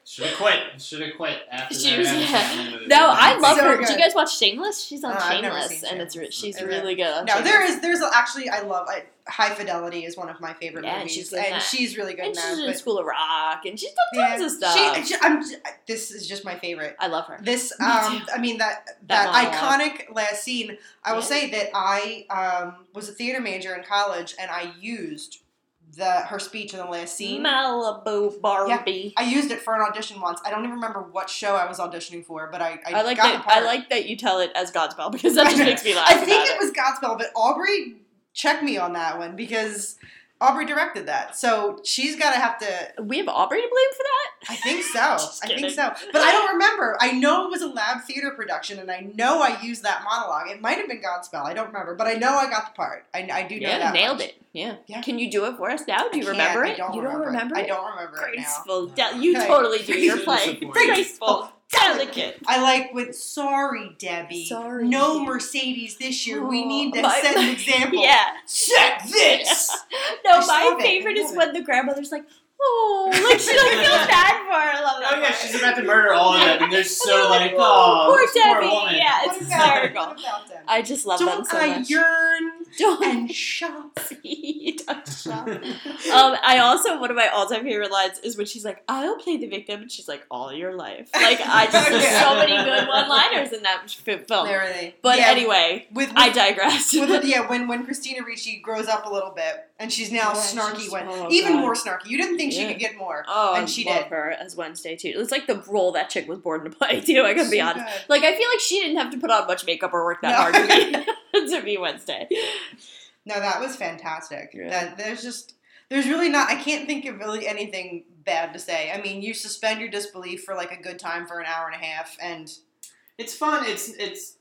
Speaker 9: Should have quit. Should have quit after
Speaker 8: She
Speaker 9: that.
Speaker 8: was-
Speaker 9: Amazon movie.
Speaker 8: No, I love
Speaker 7: So
Speaker 8: her.
Speaker 7: good.
Speaker 8: Do you guys watch Shameless? She's on
Speaker 7: Uh, I've never
Speaker 8: Shameless,
Speaker 7: seen
Speaker 8: and it's re-
Speaker 7: Shameless.
Speaker 8: she's
Speaker 7: Is it?
Speaker 8: really good. On
Speaker 7: no,
Speaker 8: Shameless.
Speaker 7: there is there's a, actually I love I, High Fidelity is one of my favorite
Speaker 8: Yeah, and
Speaker 7: movies,
Speaker 8: she's good in that.
Speaker 7: she's really good
Speaker 8: and
Speaker 7: now.
Speaker 8: she's in School of Rock, and she's done tons of stuff.
Speaker 7: She, she, I'm, this is just my favorite.
Speaker 8: I love her.
Speaker 7: This,
Speaker 8: Me
Speaker 7: um, I mean that that,
Speaker 8: That
Speaker 7: iconic last scene. I will
Speaker 8: Yeah.
Speaker 7: say that I um, was a theater major in college, and I used the her speech in the last scene.
Speaker 8: Malibu Barbie.
Speaker 7: I used it for an audition once. I don't even remember what show I was auditioning for, but I I,
Speaker 8: I like
Speaker 7: got
Speaker 8: that.
Speaker 7: the part.
Speaker 8: I like that you tell it as Godspell because that
Speaker 7: I
Speaker 8: just
Speaker 7: know.
Speaker 8: makes me laugh.
Speaker 7: I think it
Speaker 8: about
Speaker 7: was Godspell, but Aubrey checked me on that one because Aubrey directed that, so she's got to have to
Speaker 8: we have Aubrey to blame for that.
Speaker 7: I think so.
Speaker 8: Just
Speaker 7: I think
Speaker 8: kidding.
Speaker 7: so. But I don't remember. I know it was a lab theater production, and I know I used that monologue. It might have been Godspell. I don't remember, but I know I got the part. I, I do know
Speaker 8: yeah,
Speaker 7: that.
Speaker 8: nailed
Speaker 7: much.
Speaker 8: it. Yeah.
Speaker 7: Yeah.
Speaker 8: Can you do it for us now? Do you
Speaker 7: I can't.
Speaker 8: remember
Speaker 7: I
Speaker 8: it?
Speaker 7: don't
Speaker 8: you
Speaker 7: remember,
Speaker 8: don't remember
Speaker 7: it.
Speaker 8: it.
Speaker 7: I don't remember it now.
Speaker 8: Graceful, de- you
Speaker 7: Okay.
Speaker 8: totally do. You're
Speaker 9: Graceful.
Speaker 8: playing
Speaker 7: Graceful.
Speaker 8: graceful, delicate.
Speaker 7: I like with sorry Debbie.
Speaker 8: Sorry.
Speaker 7: No Mercedes this year. we
Speaker 8: Oh,
Speaker 7: need to
Speaker 8: my-
Speaker 7: set an example.
Speaker 8: Yeah.
Speaker 7: Set this. I
Speaker 8: No, my
Speaker 7: love it.
Speaker 8: favorite
Speaker 7: I
Speaker 8: is
Speaker 7: love
Speaker 8: when the grandmother's like, "Oh, like she like feels bad for her." I love that.
Speaker 9: Oh yeah,
Speaker 8: part.
Speaker 9: she's about to murder all of them, and they're
Speaker 8: And
Speaker 9: so
Speaker 8: they're
Speaker 9: like, oh,
Speaker 8: poor
Speaker 9: this
Speaker 8: Debbie.
Speaker 9: woman.
Speaker 8: Yeah,
Speaker 7: What
Speaker 8: it's
Speaker 7: about- what
Speaker 8: hysterical.
Speaker 7: about them?
Speaker 8: I just love them
Speaker 7: don't
Speaker 8: so
Speaker 7: I
Speaker 8: much.
Speaker 7: yearn
Speaker 8: Don't
Speaker 7: and shop?
Speaker 8: see, don't stop. Um, I also one of my all-time favorite lines is when she's like, "I'll play the victim," and she's like, "All your life." Like I just there's so many good one-liners in that f- film.
Speaker 7: There they.
Speaker 8: Oh, But
Speaker 7: Yeah,
Speaker 8: anyway,
Speaker 7: with, with
Speaker 8: I digress.
Speaker 7: Well, the- yeah, when when Christina Ricci grows up a little bit and she's now
Speaker 8: Yeah,
Speaker 7: snarky,
Speaker 8: she's-
Speaker 7: when
Speaker 8: oh,
Speaker 7: even
Speaker 8: God.
Speaker 7: more snarky. You didn't think she
Speaker 8: Yeah.
Speaker 7: could get more.
Speaker 8: Oh,
Speaker 7: And she
Speaker 8: I love
Speaker 7: did.
Speaker 8: her as Wednesday too. It's like the role that chick was born to play too. I gotta be
Speaker 7: She
Speaker 8: honest.
Speaker 7: could.
Speaker 8: Like I feel like she didn't have to put on much makeup or work that
Speaker 7: No.
Speaker 8: hard to be to be Wednesday.
Speaker 7: No, that was fantastic.
Speaker 8: Yeah.
Speaker 7: That there's just there's really not. I can't think of really anything bad to say. I mean, you suspend your disbelief for like a good time for an hour and a half, and
Speaker 9: It's fun. It's it's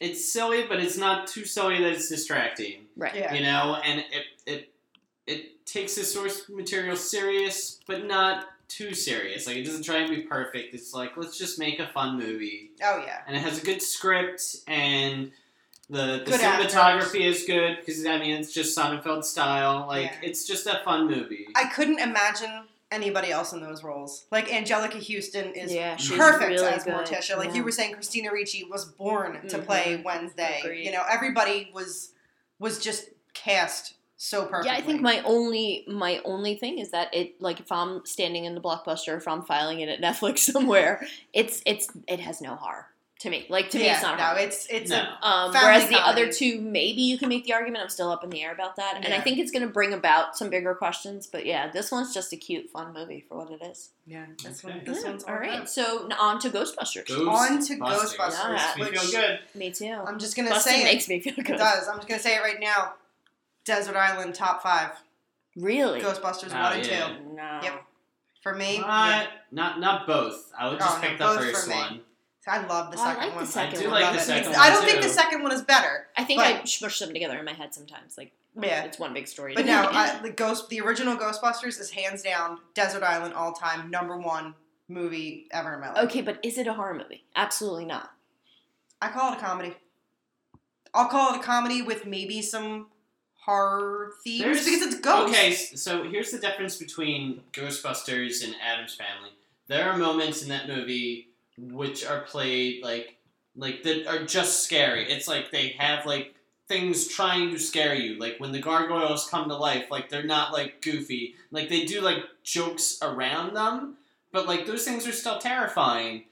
Speaker 9: it's silly, but it's not too silly that it's distracting.
Speaker 8: Right.
Speaker 7: yeah,
Speaker 9: You know, and it it it takes the source material serious, but not too serious. Like it doesn't try and be perfect. It's like let's just make a fun movie,
Speaker 7: oh yeah,
Speaker 9: and it has a good script and. The, the
Speaker 7: Good actors.
Speaker 9: cinematography is good because I mean it's just Sonnenfeld style. Like
Speaker 7: Yeah.
Speaker 9: it's just a fun movie.
Speaker 7: I couldn't imagine anybody else in those roles. Like Angelica Houston is
Speaker 8: yeah,
Speaker 9: she's
Speaker 7: perfect as Morticia. Like you were saying, Christina Ricci was born to play
Speaker 8: Mhm.
Speaker 7: Wednesday.
Speaker 8: Agreed.
Speaker 7: You know, everybody was was just cast so perfectly.
Speaker 8: Yeah, I think my only my only thing is that it like if I'm standing in the blockbuster, if I'm filing it at Netflix somewhere, it's it's it has no horror to me. Like to me,
Speaker 7: yeah,
Speaker 8: it's not
Speaker 7: no,
Speaker 8: horror.
Speaker 7: it's it's
Speaker 9: no.
Speaker 7: a,
Speaker 8: Um,
Speaker 7: Family
Speaker 8: whereas the
Speaker 7: comedy.
Speaker 8: other two, maybe you can make the argument. I'm still up in the air about that, and I
Speaker 7: Yeah.
Speaker 8: think it's going to bring about some bigger questions. But yeah, this one's just a cute, fun movie for what it is.
Speaker 7: yeah. This
Speaker 9: Okay.
Speaker 7: one, this
Speaker 8: Yeah,
Speaker 7: one's
Speaker 8: all right.
Speaker 7: about.
Speaker 8: So n- on to Ghostbusters.
Speaker 7: On to
Speaker 9: Ghostbusters.
Speaker 7: Ghostbusters,
Speaker 9: We
Speaker 7: which-
Speaker 9: feel good.
Speaker 8: Me too.
Speaker 7: I'm just gonna
Speaker 8: Busted
Speaker 7: say
Speaker 8: makes
Speaker 7: it.
Speaker 8: me feel
Speaker 7: It
Speaker 8: good.
Speaker 7: does. I'm just gonna say it right now. Desert Island top five.
Speaker 8: Really?
Speaker 7: Ghostbusters
Speaker 9: Oh,
Speaker 7: one and
Speaker 9: yeah.
Speaker 7: two.
Speaker 8: no.
Speaker 7: Yep. For me,
Speaker 9: Not, not not both. I would just
Speaker 7: Oh, no,
Speaker 9: pick
Speaker 7: both
Speaker 9: the
Speaker 7: for
Speaker 9: first
Speaker 7: me.
Speaker 9: one.
Speaker 7: yeah. I love the
Speaker 8: Well, Oh, I
Speaker 7: second
Speaker 8: like the
Speaker 7: one.
Speaker 8: second
Speaker 9: I do
Speaker 8: one.
Speaker 9: like
Speaker 7: Love
Speaker 9: the
Speaker 7: it.
Speaker 9: second one.
Speaker 7: I don't think
Speaker 9: too.
Speaker 7: the second one is better.
Speaker 8: I think
Speaker 7: But-
Speaker 8: I smush them together in my head sometimes. Like
Speaker 7: Yeah.
Speaker 8: it's one big story.
Speaker 7: But no, I, the ghost, the original Ghostbusters is hands down Desert Island all time number one movie ever in my life.
Speaker 8: okay, but is it a horror movie? Absolutely not.
Speaker 7: I call it a comedy. I'll call it a comedy with maybe some horror themes
Speaker 9: There's-
Speaker 7: because it's ghosts.
Speaker 9: Okay, s- so here's the difference between Ghostbusters and Adam's Family. There are moments in that movie which are played like like that are just scary. It's like they have like things trying to scare you. Like when the gargoyles come to life, like they're not like goofy. Like they do like jokes around them, but like those things are still terrifying.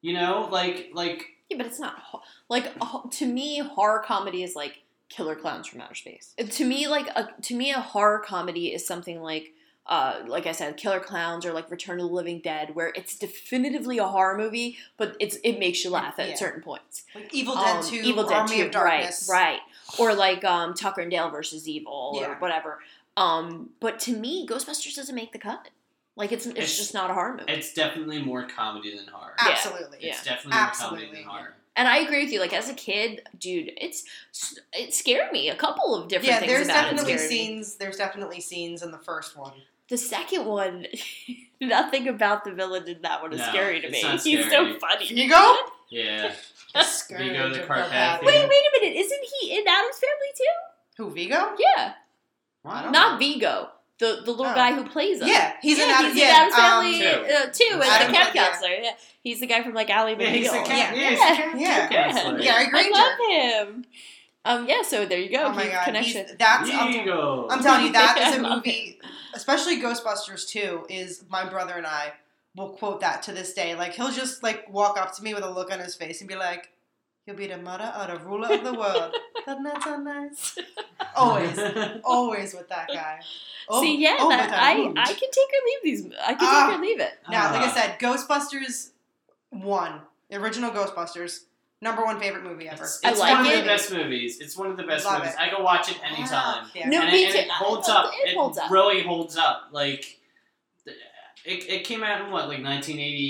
Speaker 9: You know, like like
Speaker 8: Yeah, but it's not ho- like a ho- to me horror comedy is like Killer Clowns from Outer Space. Uh, To me, like a, to me a horror comedy is something like. Uh, like I said, Killer Clowns or like Return of the Living Dead, where it's definitively a horror movie, but it's it makes you laugh at
Speaker 7: Yeah.
Speaker 8: certain points.
Speaker 7: Like Evil Dead
Speaker 8: Um,
Speaker 7: Two,
Speaker 8: Evil Dead
Speaker 7: Army
Speaker 8: 2,
Speaker 7: of Darkness.
Speaker 8: right, right, or like um, Tucker and Dale versus Evil or
Speaker 7: Yeah.
Speaker 8: whatever. Um, but to me, Ghostbusters doesn't make the cut. Like it's it's,
Speaker 9: It's-
Speaker 8: just not a horror movie.
Speaker 9: it's definitely more comedy than horror.
Speaker 8: Yeah.
Speaker 7: Absolutely.
Speaker 8: Yeah.
Speaker 9: It's definitely more comedy
Speaker 7: Absolutely,
Speaker 9: than horror.
Speaker 8: And I agree with you. Like as a kid, dude, it's it scared me. A couple of different
Speaker 7: yeah,
Speaker 8: things
Speaker 7: there's
Speaker 8: about it
Speaker 7: definitely
Speaker 8: scared me.
Speaker 7: scenes. There's definitely scenes in the first one.
Speaker 8: The second one, nothing about the villain in that one is
Speaker 9: No,
Speaker 8: scary to me.
Speaker 9: it's not
Speaker 8: He's so
Speaker 9: scary.
Speaker 8: funny.
Speaker 7: You go.
Speaker 9: Yeah.
Speaker 7: The
Speaker 9: You go to
Speaker 7: scourge
Speaker 9: the
Speaker 7: of Carpathia.
Speaker 9: Carpathian.
Speaker 8: Wait, wait a minute. Isn't he in Adam's family too?
Speaker 7: Who Vigo?
Speaker 8: Yeah.
Speaker 7: I don't
Speaker 8: Not Vigo. The the little
Speaker 7: Oh.
Speaker 8: guy who plays him.
Speaker 7: Yeah, he's
Speaker 8: yeah,
Speaker 7: in Adam.
Speaker 8: he's
Speaker 7: yeah,
Speaker 8: Adam's
Speaker 7: um,
Speaker 8: family
Speaker 9: um,
Speaker 8: uh, too, as
Speaker 7: Adam
Speaker 8: the camp
Speaker 7: Sandler.
Speaker 8: counselor. Yeah, he's the guy from like Alley
Speaker 9: Yeah, he's the
Speaker 8: McBeal.
Speaker 9: cat.
Speaker 8: Yeah.
Speaker 9: Yeah, he's the cat.
Speaker 7: Yeah.
Speaker 9: cat counselor.
Speaker 8: Yeah.
Speaker 7: Gary Granger.
Speaker 8: I love him. Um, yeah, so there you go.
Speaker 7: Oh my
Speaker 8: Heath
Speaker 7: god,
Speaker 8: connection.
Speaker 7: he's, that's I'm,
Speaker 9: Vigo.
Speaker 7: I'm telling you that is
Speaker 8: I
Speaker 7: a
Speaker 8: love
Speaker 7: movie, especially Ghostbusters 2 is my brother and I will quote that to this day. Like he'll just like walk up to me with a look on his face and be like, "You'll be the mother or the ruler of the world." Doesn't that sound nice? Always, always with that guy. Oh,
Speaker 8: See, yeah,
Speaker 7: oh,
Speaker 8: that,
Speaker 7: with
Speaker 8: I,
Speaker 7: rules.
Speaker 8: I can take or leave these. I can
Speaker 7: Ah.
Speaker 8: take or leave it.
Speaker 7: Now, like I
Speaker 9: Ah.
Speaker 7: said, Ghostbusters one, the original Ghostbusters, number one favorite movie ever.
Speaker 9: It's,
Speaker 8: I
Speaker 9: it's
Speaker 8: like
Speaker 9: one
Speaker 8: it.
Speaker 9: of the best movies. It's one of the best
Speaker 7: Love
Speaker 9: movies.
Speaker 7: it.
Speaker 9: I can watch it anytime.
Speaker 7: Yeah.
Speaker 8: No,
Speaker 9: and,
Speaker 8: me
Speaker 9: it,
Speaker 8: too.
Speaker 9: and it holds
Speaker 8: It-
Speaker 9: up.
Speaker 8: it holds up.
Speaker 9: really holds up. Like, th- it, it came out in what, like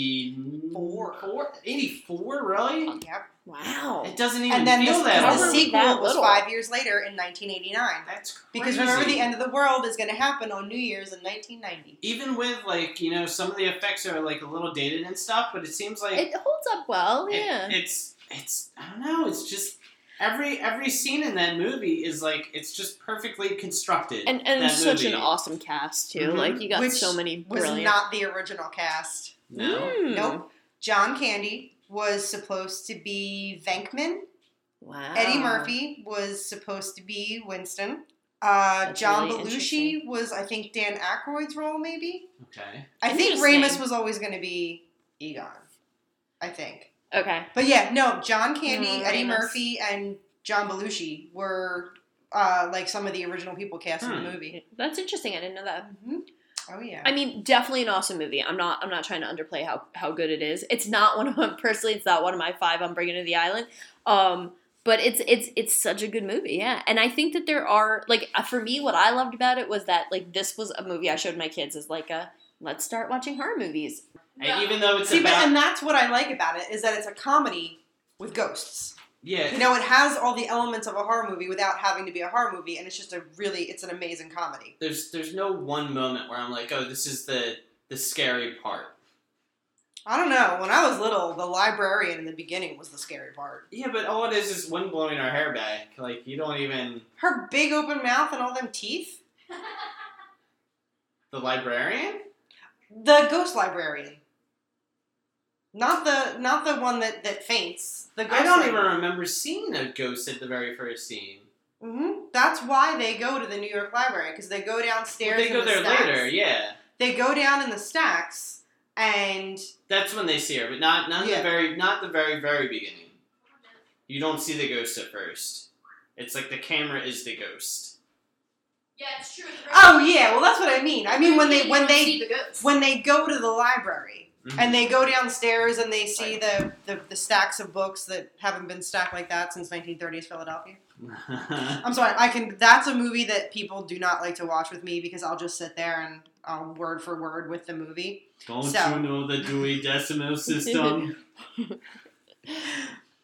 Speaker 9: 1984? Four- 84, really?
Speaker 7: Yep.
Speaker 8: Wow.
Speaker 9: It doesn't even
Speaker 7: And then
Speaker 9: feel
Speaker 7: this,
Speaker 9: that
Speaker 7: the
Speaker 8: old.
Speaker 9: old.
Speaker 7: sequel
Speaker 8: That
Speaker 7: was
Speaker 8: little.
Speaker 7: five years later in 1989.
Speaker 9: That's crazy.
Speaker 7: Because remember, the end of the world is going to happen on New Year's in 1990.
Speaker 9: Even with, like, you know, some of the effects are, like, a little dated and stuff, but it seems like
Speaker 8: It holds up well.
Speaker 9: it-
Speaker 8: Oh, Yeah.
Speaker 9: it's, it's, I don't know, it's just. Every every scene in that movie is like it's just perfectly constructed.
Speaker 8: and and
Speaker 9: that
Speaker 8: such an
Speaker 9: movie.
Speaker 8: awesome cast too.
Speaker 9: Mhm.
Speaker 8: Like you got
Speaker 7: Mm-hmm. Which
Speaker 8: so many
Speaker 7: Was
Speaker 8: brilliant.
Speaker 7: not the original cast.
Speaker 9: no.
Speaker 8: Mm.
Speaker 7: Nope. John Candy was supposed to be Venkman.
Speaker 8: Wow.
Speaker 7: Eddie Murphy was supposed to be Winston. Uh,
Speaker 8: That's
Speaker 7: John
Speaker 8: really
Speaker 7: Belushi was, I think, Dan Aykroyd's role, maybe.
Speaker 9: Okay.
Speaker 7: I think
Speaker 8: Interesting.
Speaker 7: Ramus was always going to be Egon. I think.
Speaker 8: Okay.
Speaker 7: But yeah, no, John Candy,
Speaker 8: Mm,
Speaker 7: Eddie
Speaker 8: Ramus.
Speaker 7: Murphy, and John Belushi were uh, like some of the original people cast in the movie.
Speaker 8: That's interesting. I didn't know that.
Speaker 7: Oh yeah.
Speaker 8: I mean, definitely an awesome movie. I'm not. I'm not trying to underplay how how good it is. It's not one of my, personally. It's not one of my five. I'm bringing to the island. Um, but it's it's it's such a good movie. Yeah, and I think that there are like uh, for me, what I loved about it was that like this was a movie I showed my kids as like a let's start watching horror movies.
Speaker 9: And even though it's
Speaker 7: See, but
Speaker 9: about
Speaker 7: and that's what I like about it is that it's a comedy with ghosts.
Speaker 9: yeah,
Speaker 7: You know, it has all the elements of a horror movie without having to be a horror movie, and it's just a really, it's an amazing comedy.
Speaker 9: there's there's no one moment where I'm like, oh, this is the the scary part.
Speaker 7: I don't know. When I was little, the librarian in the beginning was the scary part.
Speaker 9: Yeah, but all it is is wind blowing our hair back. Like you don't even
Speaker 7: Her big open mouth and all them teeth.
Speaker 9: the librarian.
Speaker 7: The ghost librarian. Not the not the one that that faints. The ghost
Speaker 9: I don't even remember seeing a ghost at the very first scene.
Speaker 7: hmm That's why they go to the New York Library because they go downstairs.
Speaker 9: But they
Speaker 7: in
Speaker 9: go
Speaker 7: the
Speaker 9: there
Speaker 7: stacks.
Speaker 9: later. Yeah,
Speaker 7: They go down in the stacks and
Speaker 9: that's when they see her, but not not
Speaker 7: Yeah.
Speaker 9: the very not the very very beginning. You don't see the ghost at first. It's like the camera is the ghost.
Speaker 8: Yeah, it's true.
Speaker 7: Oh yeah, well that's what I mean. I mean when they when they
Speaker 8: the ghost.
Speaker 7: when they go to the library
Speaker 9: Mhm.
Speaker 8: Mm.
Speaker 7: and they go downstairs and they see the, the the stacks of books that haven't been stacked like that since 1930s Philadelphia. I'm sorry, I can that's a movie that people do not like to watch with me because I'll just sit there and I'll word for word with the movie.
Speaker 9: don't
Speaker 7: So-
Speaker 9: you know the Dewey Decimal System?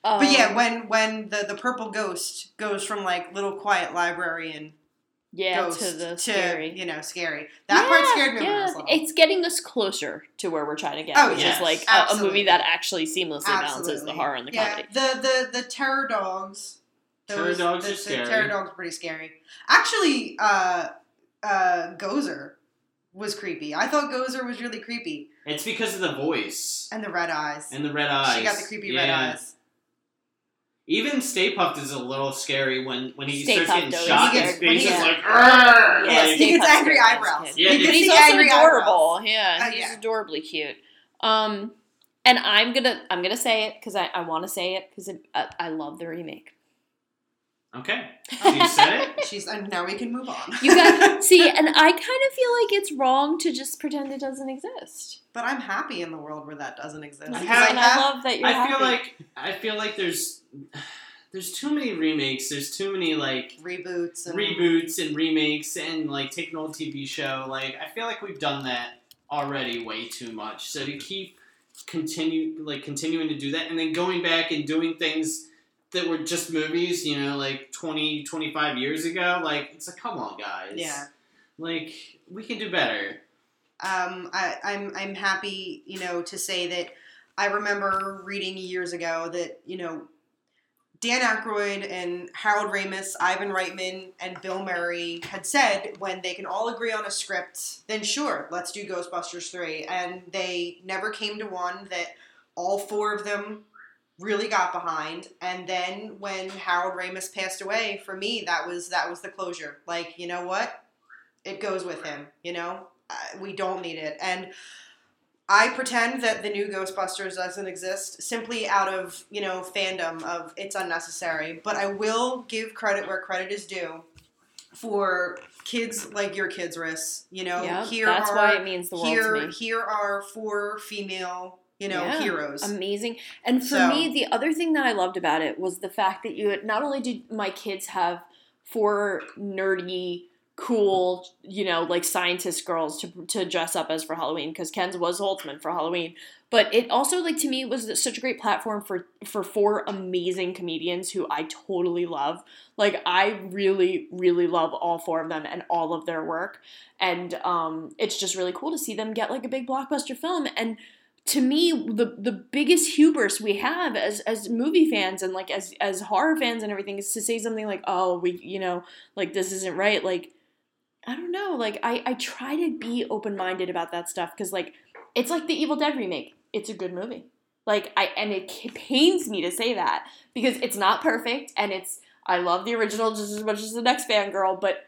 Speaker 8: Um,
Speaker 7: but yeah, when when the the purple ghost goes from like little quiet librarian
Speaker 8: yeah,
Speaker 7: ghost
Speaker 8: to the scary.
Speaker 7: you know scary that part
Speaker 8: Yeah,
Speaker 7: scared me when I
Speaker 8: yeah.
Speaker 7: was little.
Speaker 8: It's getting us closer to where we're trying to get,
Speaker 7: Oh,
Speaker 8: which
Speaker 9: yes.
Speaker 8: is like a, a
Speaker 7: Absolutely.
Speaker 8: movie that actually seamlessly balances the
Speaker 7: Absolutely.
Speaker 8: horror and the
Speaker 7: yeah,
Speaker 8: comedy.
Speaker 7: The the the terror dogs.
Speaker 9: Terror dogs
Speaker 7: the, the
Speaker 9: are scary.
Speaker 7: terror dogs are pretty scary. Actually, uh, uh, Gozer was creepy. I thought Gozer was really creepy,
Speaker 9: it's because of the voice.
Speaker 7: and the red eyes.
Speaker 9: And the red eyes.
Speaker 7: She got the creepy red
Speaker 9: Yeah.
Speaker 7: eyes.
Speaker 9: Even Stay Puffed is a little scary when, when he
Speaker 8: Stay
Speaker 9: starts
Speaker 8: Puffed
Speaker 9: getting
Speaker 8: always
Speaker 9: shot
Speaker 7: scared
Speaker 9: and his
Speaker 8: when
Speaker 9: face
Speaker 8: he-
Speaker 9: is like,
Speaker 8: Yeah.
Speaker 9: "Arr!"
Speaker 8: Yeah,
Speaker 9: like,
Speaker 7: he
Speaker 8: Stay
Speaker 7: gets
Speaker 8: Puft's
Speaker 7: angry
Speaker 8: great as a
Speaker 7: eyebrows.
Speaker 8: kid.
Speaker 9: Yeah,
Speaker 7: You
Speaker 9: dude.
Speaker 7: can
Speaker 8: but he's
Speaker 7: see
Speaker 8: also
Speaker 7: angry
Speaker 8: adorable.
Speaker 7: eyebrows.
Speaker 8: Yeah,
Speaker 7: Uh,
Speaker 8: he's
Speaker 7: yeah.
Speaker 8: adorably cute. Um, and I'm gonna I'm gonna say it because I, I want to say it because I, I love the remake.
Speaker 9: okay. So you said it?
Speaker 7: She's and now we can move on.
Speaker 8: You guys see, and I kind of feel like it's wrong to just pretend it doesn't exist.
Speaker 7: but I'm happy in the world where that doesn't exist.
Speaker 8: And
Speaker 9: I
Speaker 8: I,
Speaker 7: Because
Speaker 9: have-
Speaker 8: love that you're.
Speaker 9: I feel
Speaker 8: happy.
Speaker 9: like I feel like there's there's too many remakes. There's too many like
Speaker 7: reboots and
Speaker 9: reboots and remakes and like take an old TV show. Like I feel like we've done that already way too much. So to keep continue like continuing to do that and then going back and doing things that were just movies, you know, like 20, 25 years ago. Like, it's like, come on, guys.
Speaker 7: Yeah.
Speaker 9: Like, we can do better.
Speaker 7: Um, I, I'm I'm happy, you know, to say that I remember reading years ago that you know Dan Aykroyd and Harold Ramis, Ivan Reitman, and Bill Murray had said when they can all agree on a script, then sure, let's do Ghostbusters three. And they never came to one that all four of them really got behind. And then when Harold Ramis passed away, for me that was that was the closure. Like you know what, it goes with him. You know, uh, we don't need it. And I pretend that the new Ghostbusters doesn't exist simply out of, you know, fandom of it's unnecessary. But I will give credit where credit is due for kids like your kids, Riss. You know,
Speaker 8: Yeah,
Speaker 7: here
Speaker 8: that's
Speaker 7: are
Speaker 8: why it means the world to
Speaker 7: here
Speaker 8: me.
Speaker 7: here are four female, you know,
Speaker 8: Yeah, um,
Speaker 7: heroes.
Speaker 8: Amazing. And for
Speaker 7: So-
Speaker 8: me, the other thing that I loved about it was the fact that you not only did my kids have four nerdy, cool, you know, like scientist girls to, to dress up as for Halloween because Ken's was Holtzman for Halloween, but it also like to me was such a great platform for for four amazing comedians who I totally love. Like I really really love all four of them and all of their work, and um, it's just really cool to see them get like a big blockbuster film and to me the the biggest hubris we have as as movie fans and like as as horror fans and everything is to say something like oh we you know like this isn't right like i don't know like i i try to be open-minded about that stuff because like it's like the evil dead remake it's a good movie like i and it c- pains me to say that because it's not perfect and it's i love the original just as much as the next fangirl but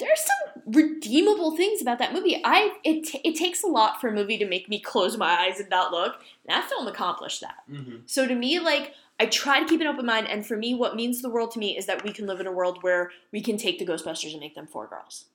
Speaker 8: there's some redeemable things about that movie. I it t- it takes a lot for a movie to make me close my eyes and not look. And that film accomplished that.
Speaker 9: Mm-hmm.
Speaker 8: So to me, like I try to keep an open mind, and for me, what means the world to me is that we can live in a world where we can take the Ghostbusters and make them four girls.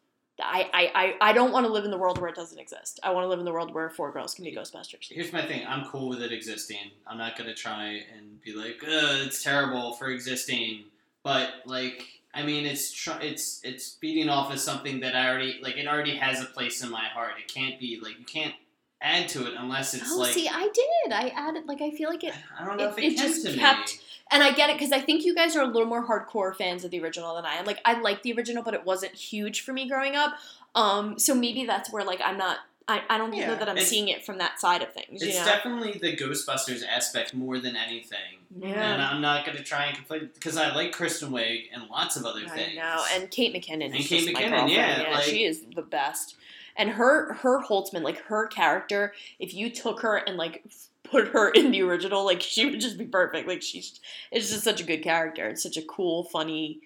Speaker 8: I I I, I don't want to live in the world where it doesn't exist. I want to live in the world where four girls can be Ghostbusters.
Speaker 9: Here's my thing. I'm cool with it existing. I'm not gonna try and be like, Ugh, it's terrible for existing. But like, I mean, it's tr- it's it's beating off of something that I already like. It already has a place in my heart. It can't be like you can't add to it unless it's
Speaker 8: oh,
Speaker 9: like
Speaker 8: see, I did. I added like I feel like it
Speaker 9: I don't know
Speaker 8: it-
Speaker 9: if it,
Speaker 8: it
Speaker 9: can
Speaker 8: just
Speaker 9: to
Speaker 8: kept-
Speaker 9: me.
Speaker 8: and I get it because I think you guys are a little more hardcore fans of the original than I am. Like I like the original, but it wasn't huge for me growing up. Um, so maybe that's where like I'm not. I, I don't
Speaker 7: Yeah.
Speaker 8: know that I'm
Speaker 9: It's-
Speaker 8: seeing it from that side of things.
Speaker 9: It's
Speaker 8: you know?
Speaker 9: definitely the Ghostbusters aspect more than anything. And I'm not gonna try and complain because I like Kristen Wiig and lots of other
Speaker 8: I
Speaker 9: things.
Speaker 8: know, and Kate McKinnon.
Speaker 9: And
Speaker 8: is
Speaker 9: Kate
Speaker 8: just my
Speaker 9: McKinnon,
Speaker 8: girlfriend.
Speaker 9: yeah, like-
Speaker 8: she is the best. And her her Holtzman, like her character, if you took her and like put her in the original, like she would just be perfect. Like she's it's just such a good character. It's such a cool, funny,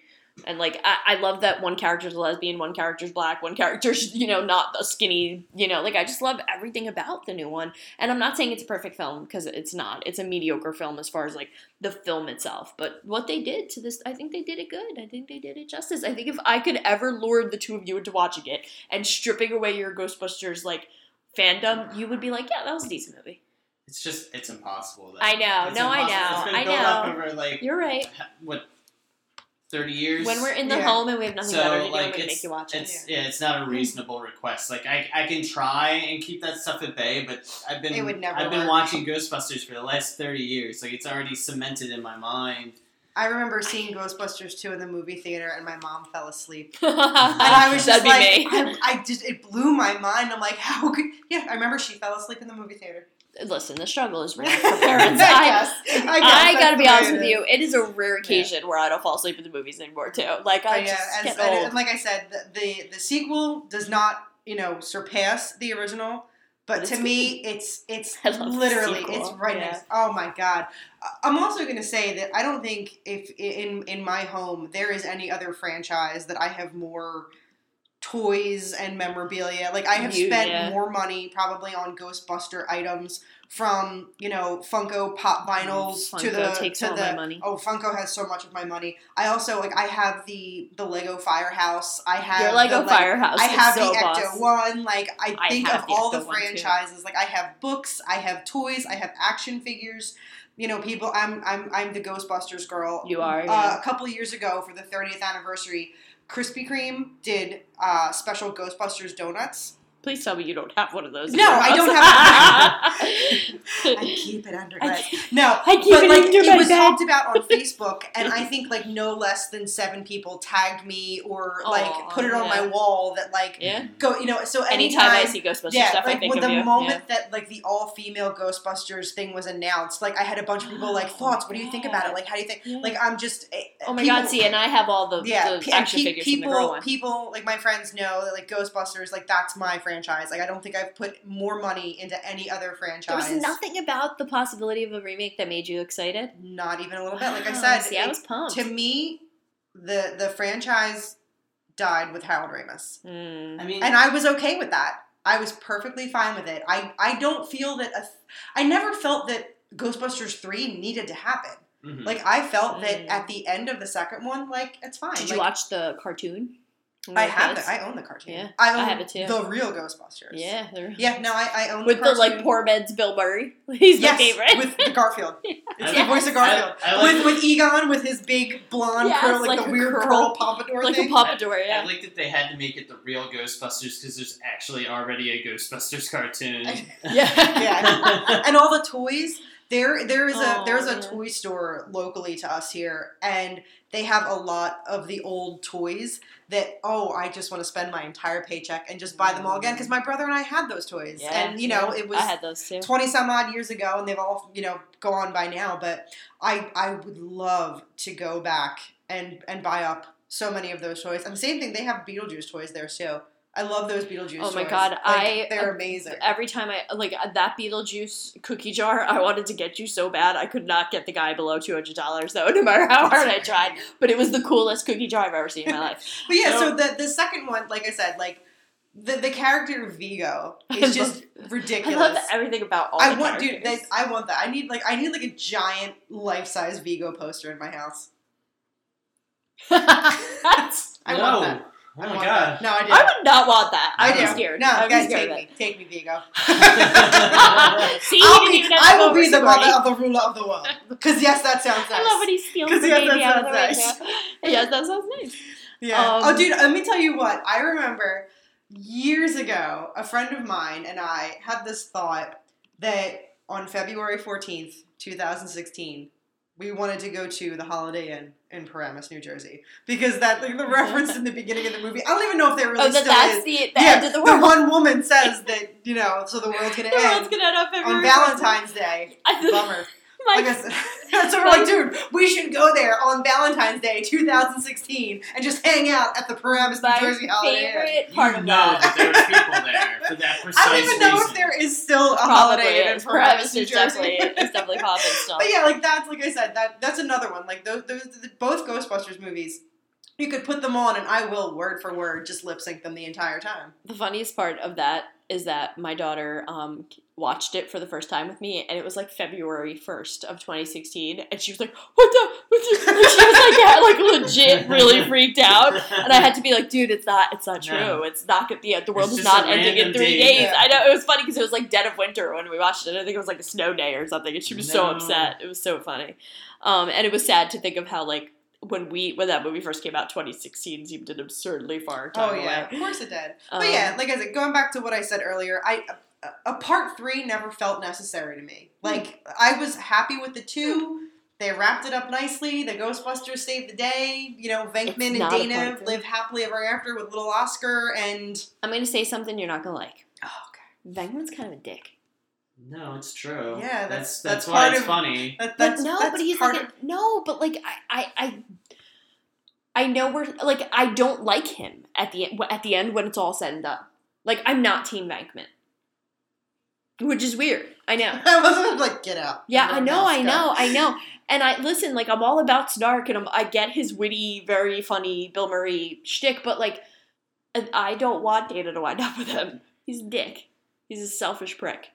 Speaker 8: and like I, I love that one character's a lesbian, one character's black, one character's you know not a skinny. You know, like I just love everything about the new one. And I'm not saying it's a perfect film because it's not. It's a mediocre film as far as like the film itself. But what they did to this, I think they did it good. I think they did it justice. I think if I could ever lure the two of you into watching it and stripping away your Ghostbusters like fandom, you would be like, yeah, that was a decent movie.
Speaker 9: It's just it's impossible. Though.
Speaker 8: I know.
Speaker 9: It's
Speaker 8: No, I
Speaker 9: impossible.
Speaker 8: know.
Speaker 9: It's been
Speaker 8: I
Speaker 9: built up
Speaker 8: know.
Speaker 9: over like
Speaker 8: You're right.
Speaker 9: what thirty years.
Speaker 8: When we're in the
Speaker 7: Yeah.
Speaker 8: home and we have nothing
Speaker 9: so
Speaker 8: better to do, I'm
Speaker 9: like
Speaker 8: gonna
Speaker 9: it's,
Speaker 8: make you watch it.
Speaker 9: it's yeah. it's not a reasonable request. Like I, I can try and keep that stuff at bay, but I've been
Speaker 7: It would never
Speaker 9: I've been
Speaker 7: work.
Speaker 9: watching Ghostbusters for the last thirty years. Like it's already cemented in my mind.
Speaker 7: I remember seeing Ghostbusters 2 in the movie theater and my mom fell asleep.
Speaker 8: and
Speaker 7: And I was just
Speaker 8: Oh, That'd
Speaker 7: like,
Speaker 8: be
Speaker 7: I, I just it blew my mind. I'm like, how could? Yeah, I remember she fell asleep in the movie theater.
Speaker 8: me. Listen, the struggle is real for parents. I,
Speaker 7: guess.
Speaker 8: I,
Speaker 7: guess that's
Speaker 8: gotta be
Speaker 7: the way
Speaker 8: honest
Speaker 7: it
Speaker 8: with
Speaker 7: is.
Speaker 8: you. It is a rare occasion where I don't fall asleep in the movies anymore, too. Like
Speaker 7: But
Speaker 8: I
Speaker 7: Oh, yeah,
Speaker 8: just
Speaker 7: as-
Speaker 8: get
Speaker 7: and,
Speaker 8: old.
Speaker 7: and like I said, the, the the sequel does not you know surpass the original,
Speaker 8: But
Speaker 7: but
Speaker 8: it's
Speaker 7: to me, it's it's
Speaker 8: I love the
Speaker 7: literally
Speaker 8: sequel,
Speaker 7: it's right
Speaker 8: yeah.
Speaker 7: next. Oh my god! I- I'm also gonna say that I don't think if in in my home there is any other franchise that I have more toys and memorabilia. Like I have
Speaker 8: You-
Speaker 7: spent
Speaker 8: yeah.
Speaker 7: more money probably on Ghostbuster items from you know Funko Pop vinyls to the
Speaker 8: Oh, Funko Um, takes
Speaker 7: to
Speaker 8: all
Speaker 7: the
Speaker 8: my money.
Speaker 7: Oh, Funko has so much of my money. I also like I have the the Lego Firehouse. I have
Speaker 8: Your Lego
Speaker 7: the, like,
Speaker 8: Firehouse.
Speaker 7: I
Speaker 8: is
Speaker 7: have
Speaker 8: so
Speaker 7: the
Speaker 8: boss.
Speaker 7: Ecto one. Like
Speaker 8: I
Speaker 7: I think
Speaker 8: have
Speaker 7: of
Speaker 8: the
Speaker 7: all
Speaker 8: Ecto
Speaker 7: the
Speaker 8: one, too.
Speaker 7: franchises. Like I have books. I have toys. I have action figures. You know, people. I'm I'm I'm the Ghostbusters girl.
Speaker 8: You are.
Speaker 7: Uh, a couple years ago for the 30th anniversary, Krispy Kreme did uh, special Ghostbusters donuts.
Speaker 8: Please tell me you don't have one of those. in
Speaker 7: No,
Speaker 8: your
Speaker 7: I don't
Speaker 8: house.
Speaker 7: I keep it under glass. No,
Speaker 8: I keep
Speaker 7: but
Speaker 8: it
Speaker 7: like
Speaker 8: under
Speaker 7: it
Speaker 8: my
Speaker 7: was
Speaker 8: bed.
Speaker 7: talked about on Facebook, and I think like no less than seven people tagged me or like
Speaker 8: Aw,
Speaker 7: put it on
Speaker 8: yeah.
Speaker 7: my wall that like
Speaker 8: yeah.
Speaker 7: go you know. So
Speaker 8: Anytime I see Ghostbusters
Speaker 7: yeah,
Speaker 8: stuff,
Speaker 7: like
Speaker 8: I think
Speaker 7: when
Speaker 8: of
Speaker 7: the
Speaker 8: you.
Speaker 7: moment that like the all female Ghostbusters thing was announced, like I had a bunch of people like thoughts. What do you think about it? Like how do you think?
Speaker 8: Oh, Yeah.
Speaker 7: Like I'm just eh,
Speaker 8: Oh my
Speaker 7: people-
Speaker 8: god, see, and I have all the, the
Speaker 7: pe- and
Speaker 8: action
Speaker 7: pe-
Speaker 8: figures
Speaker 7: people,
Speaker 8: from the girl one.
Speaker 7: people like my friends know that like Ghostbusters, like that's my franchise. Like I don't think I've put more money into any other
Speaker 8: There
Speaker 7: franchise.
Speaker 8: was nothing about the possibility of a remake that made you excited.
Speaker 7: Not even a little bit. Oh, Like I
Speaker 8: Wow,
Speaker 7: said,
Speaker 8: see, I
Speaker 7: it-
Speaker 8: was pumped.
Speaker 7: to me, the the franchise died with Harold Ramis,
Speaker 8: Mm.
Speaker 9: I mean,
Speaker 7: and I was okay with that. I was perfectly fine with it. I I don't feel that a, I never felt that Ghostbusters three needed to happen.
Speaker 9: mhm.
Speaker 7: Like I felt that
Speaker 8: Hmm. Mm.
Speaker 7: at the end of the second one, like it's fine.
Speaker 8: Did you
Speaker 7: Like,
Speaker 8: watch the cartoon?
Speaker 7: I have
Speaker 8: it.
Speaker 7: the, I own the cartoon.
Speaker 8: Yeah,
Speaker 7: I, own
Speaker 8: I have it too.
Speaker 7: The real Ghostbusters.
Speaker 8: Yeah, they're-
Speaker 7: Yeah, no, I, I own
Speaker 8: with the
Speaker 7: cartoon.
Speaker 8: like poor man's Bill Murray. He's
Speaker 7: yes,
Speaker 8: my favorite.
Speaker 7: with the Garfield. It's
Speaker 9: Yes.
Speaker 7: the voice of Garfield.
Speaker 9: I, I
Speaker 7: with
Speaker 9: liked,
Speaker 7: with Egon with his big blonde
Speaker 8: Yes,
Speaker 7: curl, like,
Speaker 8: like
Speaker 7: the
Speaker 8: a
Speaker 7: weird
Speaker 8: curl.
Speaker 7: curl pompadour
Speaker 8: like a
Speaker 7: thing.
Speaker 8: pompadour.
Speaker 9: I
Speaker 8: Yeah.
Speaker 9: liked that they had to make it the real Ghostbusters because there's actually already a Ghostbusters cartoon.
Speaker 8: yeah.
Speaker 7: yeah, and all the toys. There, there is a
Speaker 8: Oh,
Speaker 7: there is a
Speaker 8: yeah.
Speaker 7: toy store locally to us here, and they have a lot of the old toys that oh, I just want to spend my entire paycheck and just buy them all again because my brother and I had those toys,
Speaker 8: Mm. Yeah,
Speaker 7: and you know
Speaker 8: yeah.
Speaker 7: it was
Speaker 8: I had those too.
Speaker 7: 20 some odd years ago and they've all you know gone by now but i i would love to go back and and buy up so many of those toys and the same thing they have beetlejuice toys there too i love those beetlejuice
Speaker 8: Oh my
Speaker 7: toys.
Speaker 8: God,
Speaker 7: Like,
Speaker 8: I-
Speaker 7: they're amazing
Speaker 8: Every time I like uh, that Beetlejuice cookie jar, I wanted to get you so bad. I could not get the guy below two hundred dollars though, no matter how hard I tried. But it was the coolest cookie jar I've ever seen in my life.
Speaker 7: but yeah so
Speaker 9: No.
Speaker 7: the the second one like i said like the, the character vigo is
Speaker 8: I love-
Speaker 7: just
Speaker 8: I
Speaker 7: ridiculous
Speaker 8: love everything about all.
Speaker 7: I
Speaker 8: the
Speaker 7: want, dude.
Speaker 8: characters.
Speaker 7: That, I want that. I need like, I need like a giant life-size Vigo poster in my house. I
Speaker 9: no.
Speaker 7: want that.
Speaker 9: Oh
Speaker 7: I
Speaker 9: my
Speaker 7: want
Speaker 9: god.
Speaker 7: that. No, I do.
Speaker 8: I would not want that.
Speaker 7: I
Speaker 8: I'd
Speaker 7: do.
Speaker 8: be scared.
Speaker 7: No,
Speaker 8: I'd be
Speaker 7: guys,
Speaker 8: scared
Speaker 7: take
Speaker 8: of
Speaker 7: me, take me, Vigo.
Speaker 8: it. See,
Speaker 7: I'll
Speaker 8: you
Speaker 7: be,
Speaker 8: didn't even have
Speaker 7: I
Speaker 8: to
Speaker 7: will
Speaker 8: go
Speaker 7: be
Speaker 8: over
Speaker 7: the
Speaker 8: to Barney.
Speaker 7: mother of the ruler of the world. Because yes, that sounds nice.
Speaker 8: I love when he steals the
Speaker 7: 'Cause yes,
Speaker 8: baby
Speaker 7: that
Speaker 8: out of the
Speaker 7: sounds
Speaker 8: window. Yeah, that sounds nice.
Speaker 7: Yeah.
Speaker 8: Um,
Speaker 7: oh, dude, let me tell you what. I remember years ago, a friend of mine and I had this thought that on February 14th, 2016, we wanted to go to the Holiday Inn in Paramus, New Jersey, because that like the reference in the beginning of the movie. I don't even know if they really
Speaker 8: Oh, that
Speaker 7: still
Speaker 8: that's
Speaker 7: is.
Speaker 8: the, the
Speaker 7: yeah,
Speaker 8: end of the world.
Speaker 7: one woman says that you know, so the world's gonna
Speaker 8: the
Speaker 7: end
Speaker 8: world's gonna end up everywhere.
Speaker 7: on Valentine's Day.
Speaker 8: I,
Speaker 7: Bummer.
Speaker 8: my,
Speaker 7: Like I said, that's what we're like, dude. We should go there on Valentine's Day, 2016, and just hang out at the Paramus, New
Speaker 8: my
Speaker 7: Jersey Holiday Inn.
Speaker 8: favorite
Speaker 9: You
Speaker 8: part
Speaker 9: know
Speaker 8: of
Speaker 9: that
Speaker 8: that.
Speaker 9: there are people there for that precise
Speaker 7: I don't even know if
Speaker 9: reason.
Speaker 7: there is still a
Speaker 8: Probably
Speaker 7: Holiday Inn in
Speaker 8: is. Perhaps
Speaker 7: Paramus, New
Speaker 8: it's
Speaker 7: Jersey.
Speaker 8: definitely it's definitely popping still.
Speaker 7: but yeah, like that's like I said, that that's another one. Like those, those the, both Ghostbusters movies, you could put them on, and I will word for word just lip sync them the entire time.
Speaker 8: The funniest part of that is that my daughter um, watched it for the first time with me, and it was like February first of 2016, and she was like, "What the?" What the? And she was like, yeah, like legit, really freaked out. And I had to be like, dude, it's not, it's not true.
Speaker 9: No.
Speaker 8: It's not gonna be. The world
Speaker 9: It's
Speaker 8: is
Speaker 9: just a
Speaker 8: not ending in
Speaker 9: random
Speaker 8: three
Speaker 9: day.
Speaker 8: days.
Speaker 7: Yeah.
Speaker 8: I know it was funny because it was like dead of winter when we watched it. I think it was like a snow day or something, and she was so
Speaker 9: No.
Speaker 8: upset. It was so funny, um, and it was sad to think of how like when we when that movie first came out, 2016 seemed an absurdly far time
Speaker 7: Oh yeah,
Speaker 8: away.
Speaker 7: of course it did.
Speaker 8: Um,
Speaker 7: but yeah, like I said, going back to what I said earlier, I a, a part three never felt necessary to me.
Speaker 8: Hmm.
Speaker 7: Like I was happy with the two. They wrapped it up nicely. The Ghostbusters saved the day. You know, Venkman and
Speaker 8: not a part
Speaker 7: Dana
Speaker 8: three.
Speaker 7: live happily ever after with little Oscar and
Speaker 8: I'm gonna say something you're not gonna like.
Speaker 7: oh
Speaker 8: Venkman's kind of a dick.
Speaker 9: No, it's true.
Speaker 7: Yeah, that's-
Speaker 9: that's that's,
Speaker 7: that's
Speaker 9: why
Speaker 7: part
Speaker 9: it's
Speaker 7: of-
Speaker 9: funny.
Speaker 7: God. that,
Speaker 8: But
Speaker 7: that's
Speaker 8: no,
Speaker 7: that's
Speaker 8: but he's
Speaker 7: part
Speaker 8: like
Speaker 7: of-
Speaker 8: a, no, but like I, I, I, I know we're like I don't like him at the en- at the end when it's all said and done. Like I'm not Team Bankman, which is weird. I know.
Speaker 7: I wasn't like get out.
Speaker 8: Yeah, I
Speaker 7: Everyone
Speaker 8: know,
Speaker 7: else
Speaker 8: I
Speaker 7: go.
Speaker 8: know, I know. And I listen, like I'm all about Snark, and I'm, I get his witty, very funny Bill Murray shtick, but like, and I don't want Dana to wind up with him. He's a dick. He's a selfish prick.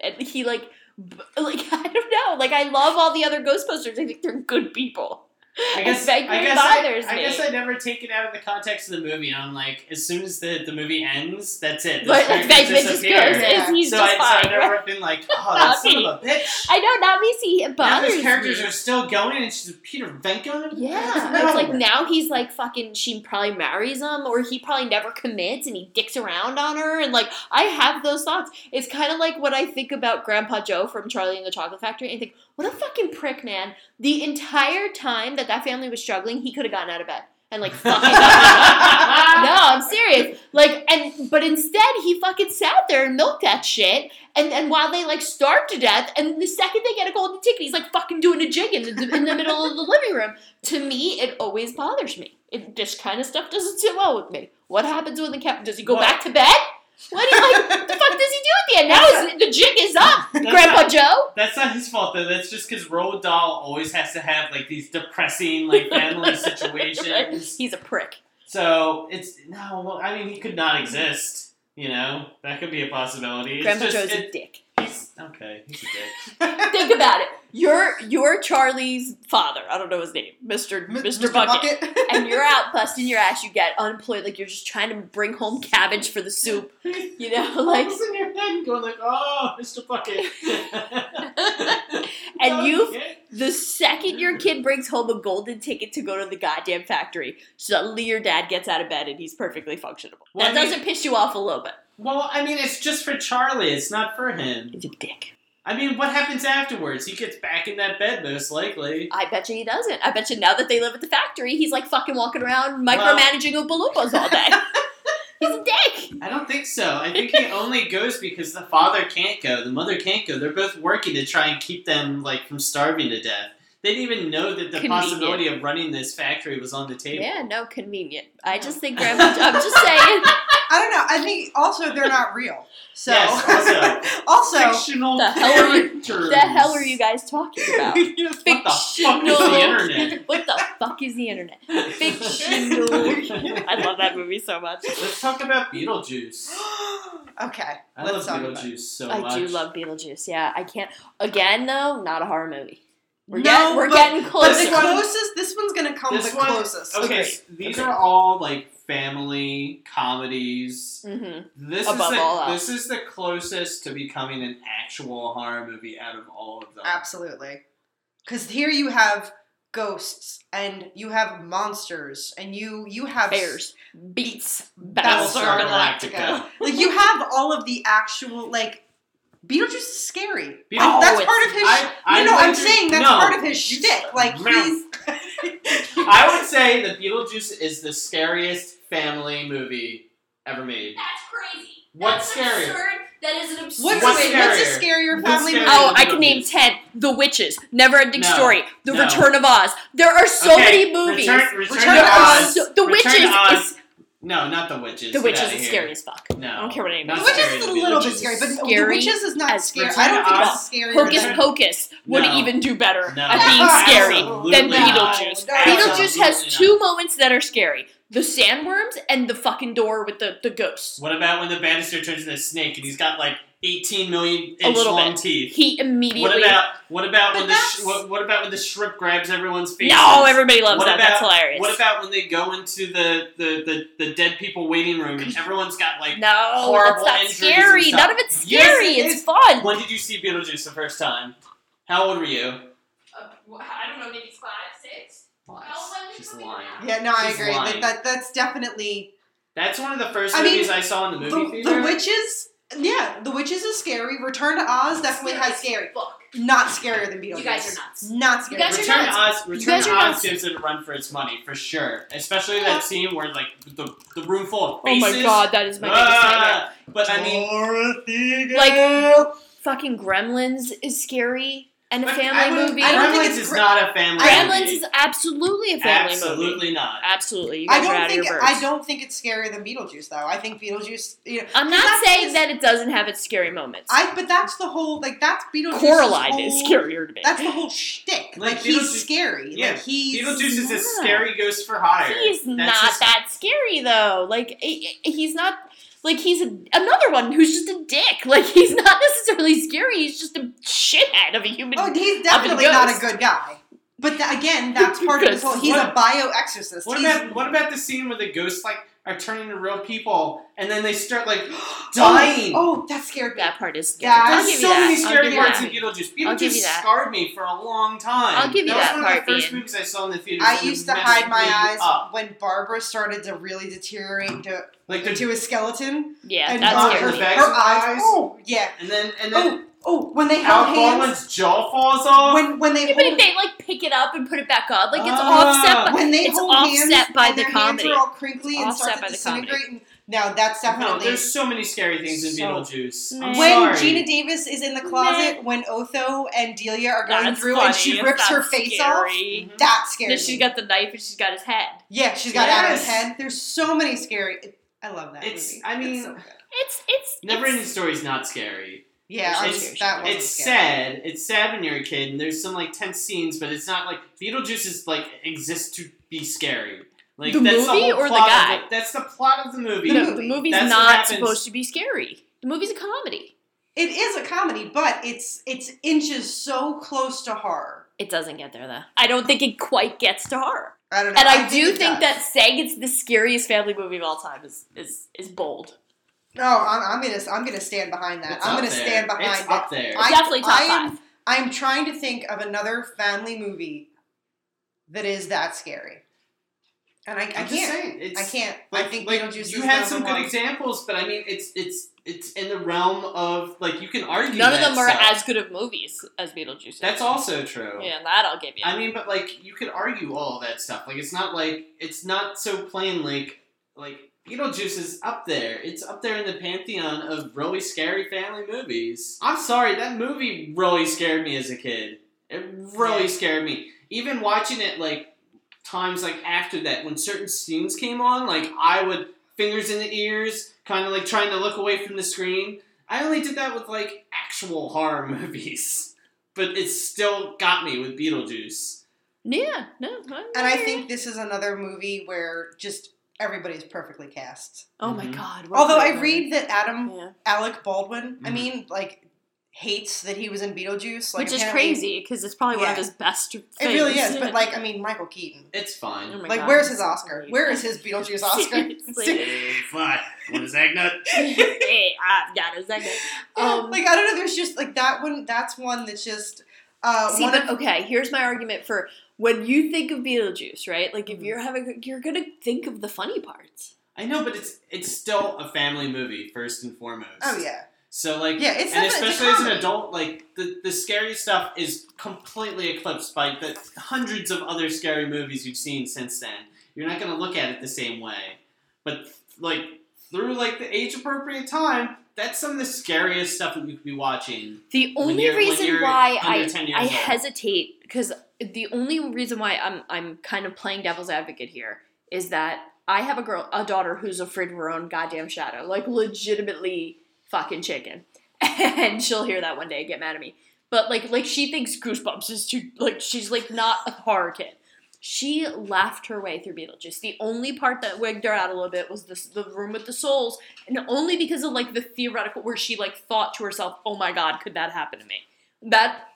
Speaker 8: And he like, b- like I don't know. Like I love all the other Ghostbusters. I think they're good people.
Speaker 9: I guess,
Speaker 8: It
Speaker 9: I,
Speaker 8: vaguely
Speaker 9: guess
Speaker 8: bothers
Speaker 9: I, I
Speaker 8: me.
Speaker 9: guess I never take it out of the context of the movie. I'm like, as soon as the, the movie ends, that's it.
Speaker 8: But like,
Speaker 9: character
Speaker 8: Batman just goes,
Speaker 9: disappeared.
Speaker 8: and he's
Speaker 9: so,
Speaker 8: just
Speaker 9: I, so I've
Speaker 8: fine.
Speaker 9: never
Speaker 8: right?
Speaker 9: been like, oh, that son of a bitch.
Speaker 8: I know, not me. See, it
Speaker 9: Now
Speaker 8: bothers
Speaker 9: those characters
Speaker 8: me.
Speaker 9: are still going, and she's Peter Venko.
Speaker 8: Yeah, it's like now he's like fucking. She probably marries him, or he probably never commits, and he dicks around on her. And like, I have those thoughts. It's kind of like what I think about Grandpa Joe from Charlie and the Chocolate Factory. I think, what a fucking prick, man! The entire time that that family was struggling, he could have gotten out of bed and like fucking. no, I'm serious. Like, and but instead, he fucking sat there and milked that shit. And and while they like starved to death, and the second they get a golden ticket, he's like fucking doing a jig in the, in the middle of the living room. To me, it always bothers me. It this kind of stuff doesn't sit well with me. What happens when the captain? Does he go
Speaker 9: Well-
Speaker 8: back to bed? What do you like? what the fuck does he do at the end? Now his, the jig is up,
Speaker 9: That's
Speaker 8: Grandpa
Speaker 9: not-
Speaker 8: Joe.
Speaker 9: That's not his fault though. That's just because Roald Dahl always has to have like these depressing like family situations.
Speaker 8: He's a prick.
Speaker 9: So it's no. Well, I mean, he could not exist. You know, that could be a possibility. It's
Speaker 8: Grandpa
Speaker 9: just,
Speaker 8: Joe's a
Speaker 9: it-
Speaker 8: dick.
Speaker 9: he's okay. He's a dick.
Speaker 8: Think about it. You're you're Charlie's father. I don't know his name, Mister
Speaker 7: M-
Speaker 8: Mister Bucket.
Speaker 7: Bucket.
Speaker 8: and you're out busting your ass. You get unemployed, like you're just trying to bring home cabbage for the soup. You know, like,
Speaker 9: What's in your head going like, oh, Mr. Bucket.
Speaker 8: and you.
Speaker 9: Okay.
Speaker 8: The second your kid brings home a golden ticket to go to the goddamn factory, suddenly your dad gets out of bed and he's perfectly functionable.
Speaker 9: Well,
Speaker 8: that
Speaker 9: I mean-
Speaker 8: doesn't piss you off a little bit.
Speaker 9: Well, I mean, it's just for Charlie. It's not for him.
Speaker 8: He's a dick.
Speaker 9: I mean, what happens afterwards? He gets back in that bed most likely.
Speaker 8: I bet you he doesn't. I bet you now that they live at the factory, he's like fucking walking around
Speaker 9: Well-
Speaker 8: micromanaging Oompa Loompas all day. he's a dick.
Speaker 9: I don't think so. I think he only goes because the father can't go, the mother can't go. They're both working to try and keep them like from starving to death. They didn't even know that the
Speaker 8: Convenient.
Speaker 9: possibility of running this factory was on the table.
Speaker 8: Yeah, no, convenient. I just think Grandma. I'm just saying.
Speaker 7: I don't know. I think also they're not real. So
Speaker 9: Yes,
Speaker 7: also,
Speaker 9: Fictional
Speaker 8: The hell are you-
Speaker 9: characters.
Speaker 8: the hell are you guys talking about?
Speaker 9: What the fuck is
Speaker 8: Fictional-
Speaker 9: the internet?
Speaker 8: What the fuck is the internet? Fictional. I love that movie so much.
Speaker 9: Let's talk about Beetlejuice.
Speaker 7: okay.
Speaker 9: I
Speaker 7: let's
Speaker 9: love
Speaker 7: talk about it.
Speaker 9: Beetlejuice so much.
Speaker 8: I do love Beetlejuice. Yeah, I can't. Again, though, not a horror movie. We're,
Speaker 7: No,
Speaker 8: getting, we're
Speaker 7: but-
Speaker 8: getting
Speaker 7: But
Speaker 8: close.
Speaker 7: the
Speaker 9: This one-
Speaker 7: closest, this one's gonna come
Speaker 9: This
Speaker 7: the
Speaker 9: one-
Speaker 7: closest.
Speaker 9: Okay,
Speaker 8: Agreed.
Speaker 9: so these are all like family comedies.
Speaker 8: hmm
Speaker 9: This
Speaker 8: Above
Speaker 9: is the,
Speaker 8: all else.
Speaker 9: this is the closest to becoming an actual horror movie out of all of them.
Speaker 7: Absolutely. Because here you have ghosts and you have monsters and you you have
Speaker 8: Bears, beats,
Speaker 9: Battlestar
Speaker 8: Battlestar
Speaker 9: Galactica.
Speaker 8: Galactica.
Speaker 7: like you have all of the actual like Beetlejuice is scary.
Speaker 9: Beetlejuice-
Speaker 7: Like, that's
Speaker 8: Oh,
Speaker 7: part of his.
Speaker 9: I, I
Speaker 7: no, no, I'm
Speaker 9: would-
Speaker 7: saying that's
Speaker 9: no.
Speaker 7: part of his shtick. Like
Speaker 9: Mouth.
Speaker 7: he's
Speaker 9: I would say that Beetlejuice is the scariest family movie ever made.
Speaker 8: That's crazy.
Speaker 9: What's That's scarier?
Speaker 8: That is an absurd.
Speaker 7: what's,
Speaker 9: What's
Speaker 7: a,
Speaker 9: scarier?
Speaker 7: what's a scarier
Speaker 9: What's
Speaker 7: family
Speaker 9: scarier?
Speaker 7: movie?
Speaker 8: Oh, I can name ten. The Witches, Never Ending
Speaker 9: No.
Speaker 8: Story, The
Speaker 9: No.
Speaker 8: Return of Oz. There are so
Speaker 9: Okay,
Speaker 8: many movies.
Speaker 9: Return, Return
Speaker 7: Return
Speaker 8: There
Speaker 9: of
Speaker 7: to
Speaker 8: are
Speaker 9: Oz.
Speaker 7: Oz.
Speaker 8: so- the
Speaker 9: Return to
Speaker 8: Witches
Speaker 9: Oz.
Speaker 8: is
Speaker 9: No, not the witches.
Speaker 8: the
Speaker 9: Get
Speaker 8: Witches
Speaker 9: outta
Speaker 8: is
Speaker 9: here.
Speaker 8: scary as fuck.
Speaker 9: No,
Speaker 8: I don't care what anybody
Speaker 9: Not
Speaker 7: The
Speaker 8: says.
Speaker 7: Witches is a little bit
Speaker 9: Beetlejuice.
Speaker 7: scary, but The
Speaker 8: Scary
Speaker 7: Witches is not
Speaker 8: as
Speaker 7: scary.
Speaker 8: Return
Speaker 7: I don't
Speaker 9: to
Speaker 7: think
Speaker 9: Oz.
Speaker 7: it's scary.
Speaker 8: Hocus
Speaker 9: Return-
Speaker 8: Pocus would
Speaker 9: No.
Speaker 8: even do better
Speaker 9: No.
Speaker 8: at being
Speaker 7: No,
Speaker 8: scary than
Speaker 9: absolutely
Speaker 7: not.
Speaker 8: Beetlejuice.
Speaker 7: No,
Speaker 8: Beetlejuice has
Speaker 9: absolutely
Speaker 8: two moments that are scary: the sandworms and the fucking door with the the ghosts.
Speaker 9: What about when the Bannister turns into a snake and he's got like 18 million
Speaker 8: A
Speaker 9: inch
Speaker 8: little
Speaker 9: long
Speaker 8: bit.
Speaker 9: teeth?
Speaker 8: He immediately.
Speaker 9: What about what about
Speaker 7: But
Speaker 9: when the sh-
Speaker 7: that's-
Speaker 9: what, what about when the shrimp grabs everyone's face?
Speaker 8: no, everybody loves
Speaker 9: What
Speaker 8: that. That's
Speaker 9: about-
Speaker 8: hilarious.
Speaker 9: What about when they go into the the, the, the dead people waiting room and everyone's got like?
Speaker 8: no,
Speaker 9: horrible
Speaker 8: that's not
Speaker 9: injuries and
Speaker 8: scary.
Speaker 9: stuff?
Speaker 8: None of it's
Speaker 9: Yes,
Speaker 8: scary.
Speaker 9: it
Speaker 8: it's
Speaker 9: is.
Speaker 8: fun.
Speaker 9: When did you see Beetlejuice the first time? How old were you?
Speaker 8: Uh, I don't know, maybe five, six.
Speaker 9: She's lying.
Speaker 7: Yeah, no, I
Speaker 9: She's
Speaker 7: agree.
Speaker 9: lying.
Speaker 7: That, that that's definitely
Speaker 9: That's one of the first
Speaker 7: I mean,
Speaker 9: movies I saw in the movie
Speaker 7: the,
Speaker 9: theater.
Speaker 7: the witches. Yeah, the witches is scary. Return to Oz definitely has scary.
Speaker 8: Fuck.
Speaker 7: Not scarier than Beetlejuice.
Speaker 8: You guys are nuts.
Speaker 7: Not scary.
Speaker 8: guys are
Speaker 9: Return to
Speaker 8: nuts.
Speaker 9: Oz, Return
Speaker 8: guys
Speaker 9: to
Speaker 8: are
Speaker 9: Oz
Speaker 8: nuts.
Speaker 9: gives it a run for its money for sure. Especially
Speaker 7: Yeah.
Speaker 9: that scene where like the, the room full of
Speaker 8: Oh
Speaker 9: faces.
Speaker 8: my god, that is my biggest nightmare.
Speaker 9: Ah, but I mean,
Speaker 8: Like fucking Gremlins is scary and a
Speaker 9: But
Speaker 8: family
Speaker 9: I wouldn't-
Speaker 8: movie.
Speaker 7: I don't
Speaker 9: Gremlins
Speaker 7: think it's
Speaker 9: is
Speaker 7: Gre-
Speaker 9: not a family
Speaker 8: Gremlins
Speaker 9: movie.
Speaker 8: is absolutely a family
Speaker 9: Absolutely
Speaker 8: movie.
Speaker 9: not.
Speaker 8: Absolutely, you guys
Speaker 7: I
Speaker 8: are out
Speaker 7: don't
Speaker 8: of your
Speaker 7: think
Speaker 8: birds.
Speaker 7: I don't think it's scarier than Beetlejuice though. I think Beetlejuice. You know,
Speaker 8: I'm not
Speaker 7: that's
Speaker 8: saying
Speaker 7: his-
Speaker 8: that it doesn't have its scary moments.
Speaker 7: I but that's the whole like that's Beetlejuice.
Speaker 8: Coraline is scarier to me.
Speaker 7: That's the whole shtick.
Speaker 9: Like,
Speaker 7: Like, he's
Speaker 9: Beetlejuice-
Speaker 7: scary.
Speaker 9: yeah,
Speaker 7: Like he's
Speaker 9: Beetlejuice is a
Speaker 8: not.
Speaker 9: scary ghost for hire.
Speaker 8: He's
Speaker 9: That's
Speaker 8: not
Speaker 9: his-
Speaker 8: that scary though. Like i- i- he's not. Like he's a, another one who's just a dick. Like he's not necessarily scary. He's just a shithead of a human.
Speaker 7: Oh, he's
Speaker 8: Up in
Speaker 7: definitely not a
Speaker 8: Ghost.
Speaker 7: good guy. But tha- again, that's part of his whole. He's a
Speaker 9: What-
Speaker 7: bioexorcist.
Speaker 9: What
Speaker 7: He's-
Speaker 9: about what about the scene where the ghosts like are turning into real people and then they start like dying?
Speaker 7: Oh, that scared me.
Speaker 8: That part is scary.
Speaker 9: Yeah,
Speaker 8: I'll
Speaker 9: there's
Speaker 8: give
Speaker 9: so
Speaker 8: you that.
Speaker 9: many
Speaker 8: I'll give
Speaker 9: scary
Speaker 8: you
Speaker 9: parts in
Speaker 8: that.
Speaker 9: Beetlejuice.
Speaker 8: I'll give
Speaker 9: Beetlejuice
Speaker 8: you that.
Speaker 9: scarred me for a long time.
Speaker 8: I'll give you
Speaker 9: that was
Speaker 8: that
Speaker 9: one of
Speaker 8: part,
Speaker 9: the first
Speaker 8: Ian.
Speaker 9: movies I saw in the theater.
Speaker 7: I
Speaker 9: that
Speaker 7: used to
Speaker 9: messed
Speaker 7: hide my
Speaker 9: me
Speaker 7: eyes
Speaker 9: up.
Speaker 7: when Barbara started to really deteriorate to,
Speaker 9: Like the
Speaker 7: into a skeleton.
Speaker 8: Yeah,
Speaker 7: and
Speaker 8: that's
Speaker 9: not
Speaker 7: got
Speaker 8: scary.
Speaker 7: her,
Speaker 9: The
Speaker 7: her
Speaker 9: bags of
Speaker 7: eyes.
Speaker 9: eyes?
Speaker 7: Oh, yeah.
Speaker 9: and then and then
Speaker 7: Oh, oh, when they held
Speaker 9: Al
Speaker 7: hands.
Speaker 9: Baldwin's jaw falls off.
Speaker 7: When, when they
Speaker 8: Yeah, but if
Speaker 7: hold,
Speaker 8: they like pick it up and put it back up, like it's
Speaker 9: Ah,
Speaker 8: offset. By,
Speaker 7: Oh, when they
Speaker 8: it's
Speaker 7: hold
Speaker 8: offset
Speaker 7: hands
Speaker 8: by
Speaker 7: and
Speaker 8: the
Speaker 7: their
Speaker 8: comedy.
Speaker 7: hands are all crinkly and
Speaker 8: Offset
Speaker 7: start
Speaker 8: by
Speaker 7: to
Speaker 8: the comedy.
Speaker 7: disintegrate. And, no, that's
Speaker 9: no,
Speaker 7: definitely.
Speaker 9: there's so many scary things in
Speaker 7: So-
Speaker 9: Beetlejuice. I'm
Speaker 7: when
Speaker 9: sorry.
Speaker 7: Gina Davis is in the closet, when Otho and Delia are going
Speaker 8: that's
Speaker 7: through,
Speaker 8: funny.
Speaker 7: and she rips
Speaker 8: that's
Speaker 7: her face
Speaker 9: Mm-hmm.
Speaker 7: off.
Speaker 8: scary.
Speaker 7: That scares
Speaker 8: Then
Speaker 7: me.
Speaker 8: she's got the knife and she's got his head.
Speaker 7: yeah, she's got Adam's
Speaker 9: Yes.
Speaker 7: head. There's so many scary. I love that
Speaker 9: It's-
Speaker 7: movie.
Speaker 9: I
Speaker 7: It's
Speaker 9: mean,
Speaker 7: so good.
Speaker 8: It's it's
Speaker 9: Never
Speaker 8: it's,
Speaker 9: Ending Story is not scary.
Speaker 7: yeah,
Speaker 8: it's-
Speaker 7: I
Speaker 9: it's-
Speaker 7: was, that was
Speaker 9: It's sad. It's sad when you're a kid, and there's some like tense scenes, but it's not like Beetlejuice is like exists to be scary. Like
Speaker 8: The movie
Speaker 9: that's the whole
Speaker 8: or the
Speaker 9: plot of
Speaker 8: guy?
Speaker 9: it. that's the plot of the movie.
Speaker 8: no, the movie's
Speaker 9: That's what
Speaker 8: not
Speaker 9: happens.
Speaker 8: supposed to be scary. The movie's a comedy.
Speaker 7: It is a comedy, but it's it's inches so close to horror.
Speaker 8: It doesn't get there though. I don't think it quite gets to horror.
Speaker 7: I don't know.
Speaker 8: And I, do
Speaker 7: it
Speaker 8: think
Speaker 7: does.
Speaker 8: that saying it's the scariest family movie of all time is is is bold.
Speaker 7: No, I'm, I'm gonna I'm gonna stand behind that.
Speaker 9: It's
Speaker 7: I'm
Speaker 9: up
Speaker 7: gonna
Speaker 9: there.
Speaker 7: stand behind
Speaker 9: It's
Speaker 7: it.
Speaker 9: up there.
Speaker 7: I-
Speaker 8: Definitely top
Speaker 7: I am-
Speaker 8: five.
Speaker 7: I'm trying to think of another family movie that is that scary, and I, I
Speaker 9: I'm
Speaker 7: can't.
Speaker 9: just saying, it's-
Speaker 7: I can't. I
Speaker 9: Like-
Speaker 7: think
Speaker 9: like,
Speaker 7: Beetlejuice.
Speaker 9: you
Speaker 7: is
Speaker 9: had
Speaker 7: number
Speaker 9: some
Speaker 7: one.
Speaker 9: good examples, but I mean, it's it's it's in the realm of like you can argue.
Speaker 8: None of
Speaker 9: that
Speaker 8: them are
Speaker 9: stuff.
Speaker 8: as good of movies as Beetlejuice. is.
Speaker 9: That's also true.
Speaker 8: Yeah, that I'll give you.
Speaker 9: I mean, but like you could argue all that stuff. Like it's not like it's not so plain. Like like Beetlejuice is up there. It's up there in the pantheon of really scary family movies. I'm sorry, that movie really scared me as a kid. It really
Speaker 7: Yeah.
Speaker 9: scared me. Even watching it like times like after that, when certain scenes came on, like I would fingers in the ears, kind of like trying to look away from the screen. I only did that with like actual horror movies. But it still got me with Beetlejuice.
Speaker 8: yeah, no. I-
Speaker 7: And I think this is another movie where just everybody's perfectly cast.
Speaker 8: Oh my
Speaker 9: Mhm.
Speaker 8: god. what a
Speaker 7: Although
Speaker 8: great
Speaker 7: I
Speaker 8: movie.
Speaker 7: read that Adam
Speaker 8: Yeah.
Speaker 7: Alec Baldwin, I
Speaker 9: Mhm.
Speaker 7: mean, like hates that he was in Beetlejuice, like
Speaker 8: Which is
Speaker 7: apparently-
Speaker 8: crazy because it's probably one of
Speaker 7: Yeah.
Speaker 8: his best. Things.
Speaker 7: It really is, but like I mean, Michael Keaton.
Speaker 9: It's fine.
Speaker 8: Oh my
Speaker 7: Like,
Speaker 8: God.
Speaker 7: where's his Oscar? Where is his Beetlejuice Oscar?
Speaker 8: Seriously.
Speaker 9: fine. What is that nut?
Speaker 8: hey, I've got a second. Um,
Speaker 7: like I don't know. There's just like that one. That's one that's just uh,
Speaker 8: See,
Speaker 7: one
Speaker 8: but
Speaker 7: of
Speaker 8: okay, here's my argument for when you think of Beetlejuice, right? Like
Speaker 9: Mm-hmm.
Speaker 8: if you're having, you're gonna think of the funny parts.
Speaker 9: I know, but it's it's still a family movie first and foremost.
Speaker 7: Oh yeah,
Speaker 9: So like,
Speaker 7: Yeah, it's
Speaker 9: and
Speaker 7: definitely- it's a
Speaker 9: especially as an
Speaker 7: comedy.
Speaker 9: adult, like the the scary stuff is completely eclipsed by the hundreds of other scary movies you've seen since then. You're not gonna look at it the same way. But like through like the age appropriate time, that's some of the scariest stuff that you could be watching.
Speaker 8: The
Speaker 9: When
Speaker 8: only
Speaker 9: you're- when
Speaker 8: reason
Speaker 9: you're
Speaker 8: why
Speaker 9: under
Speaker 8: I
Speaker 9: 10 years
Speaker 8: I
Speaker 9: old.
Speaker 8: hesitate because the only reason why I'm I'm kind of playing devil's advocate here is that I have a girl a daughter who's afraid of her own goddamn shadow, like legitimately fucking chicken, and she'll hear that one day and get mad at me. But like like she thinks Goosebumps is too like she's like not a horror kid. She laughed her way through Beetlejuice. The only part that wigged her out a little bit was this, the room with the souls, and only because of like the theoretical where she like thought to herself, "Oh my God, could that happen to me?" That,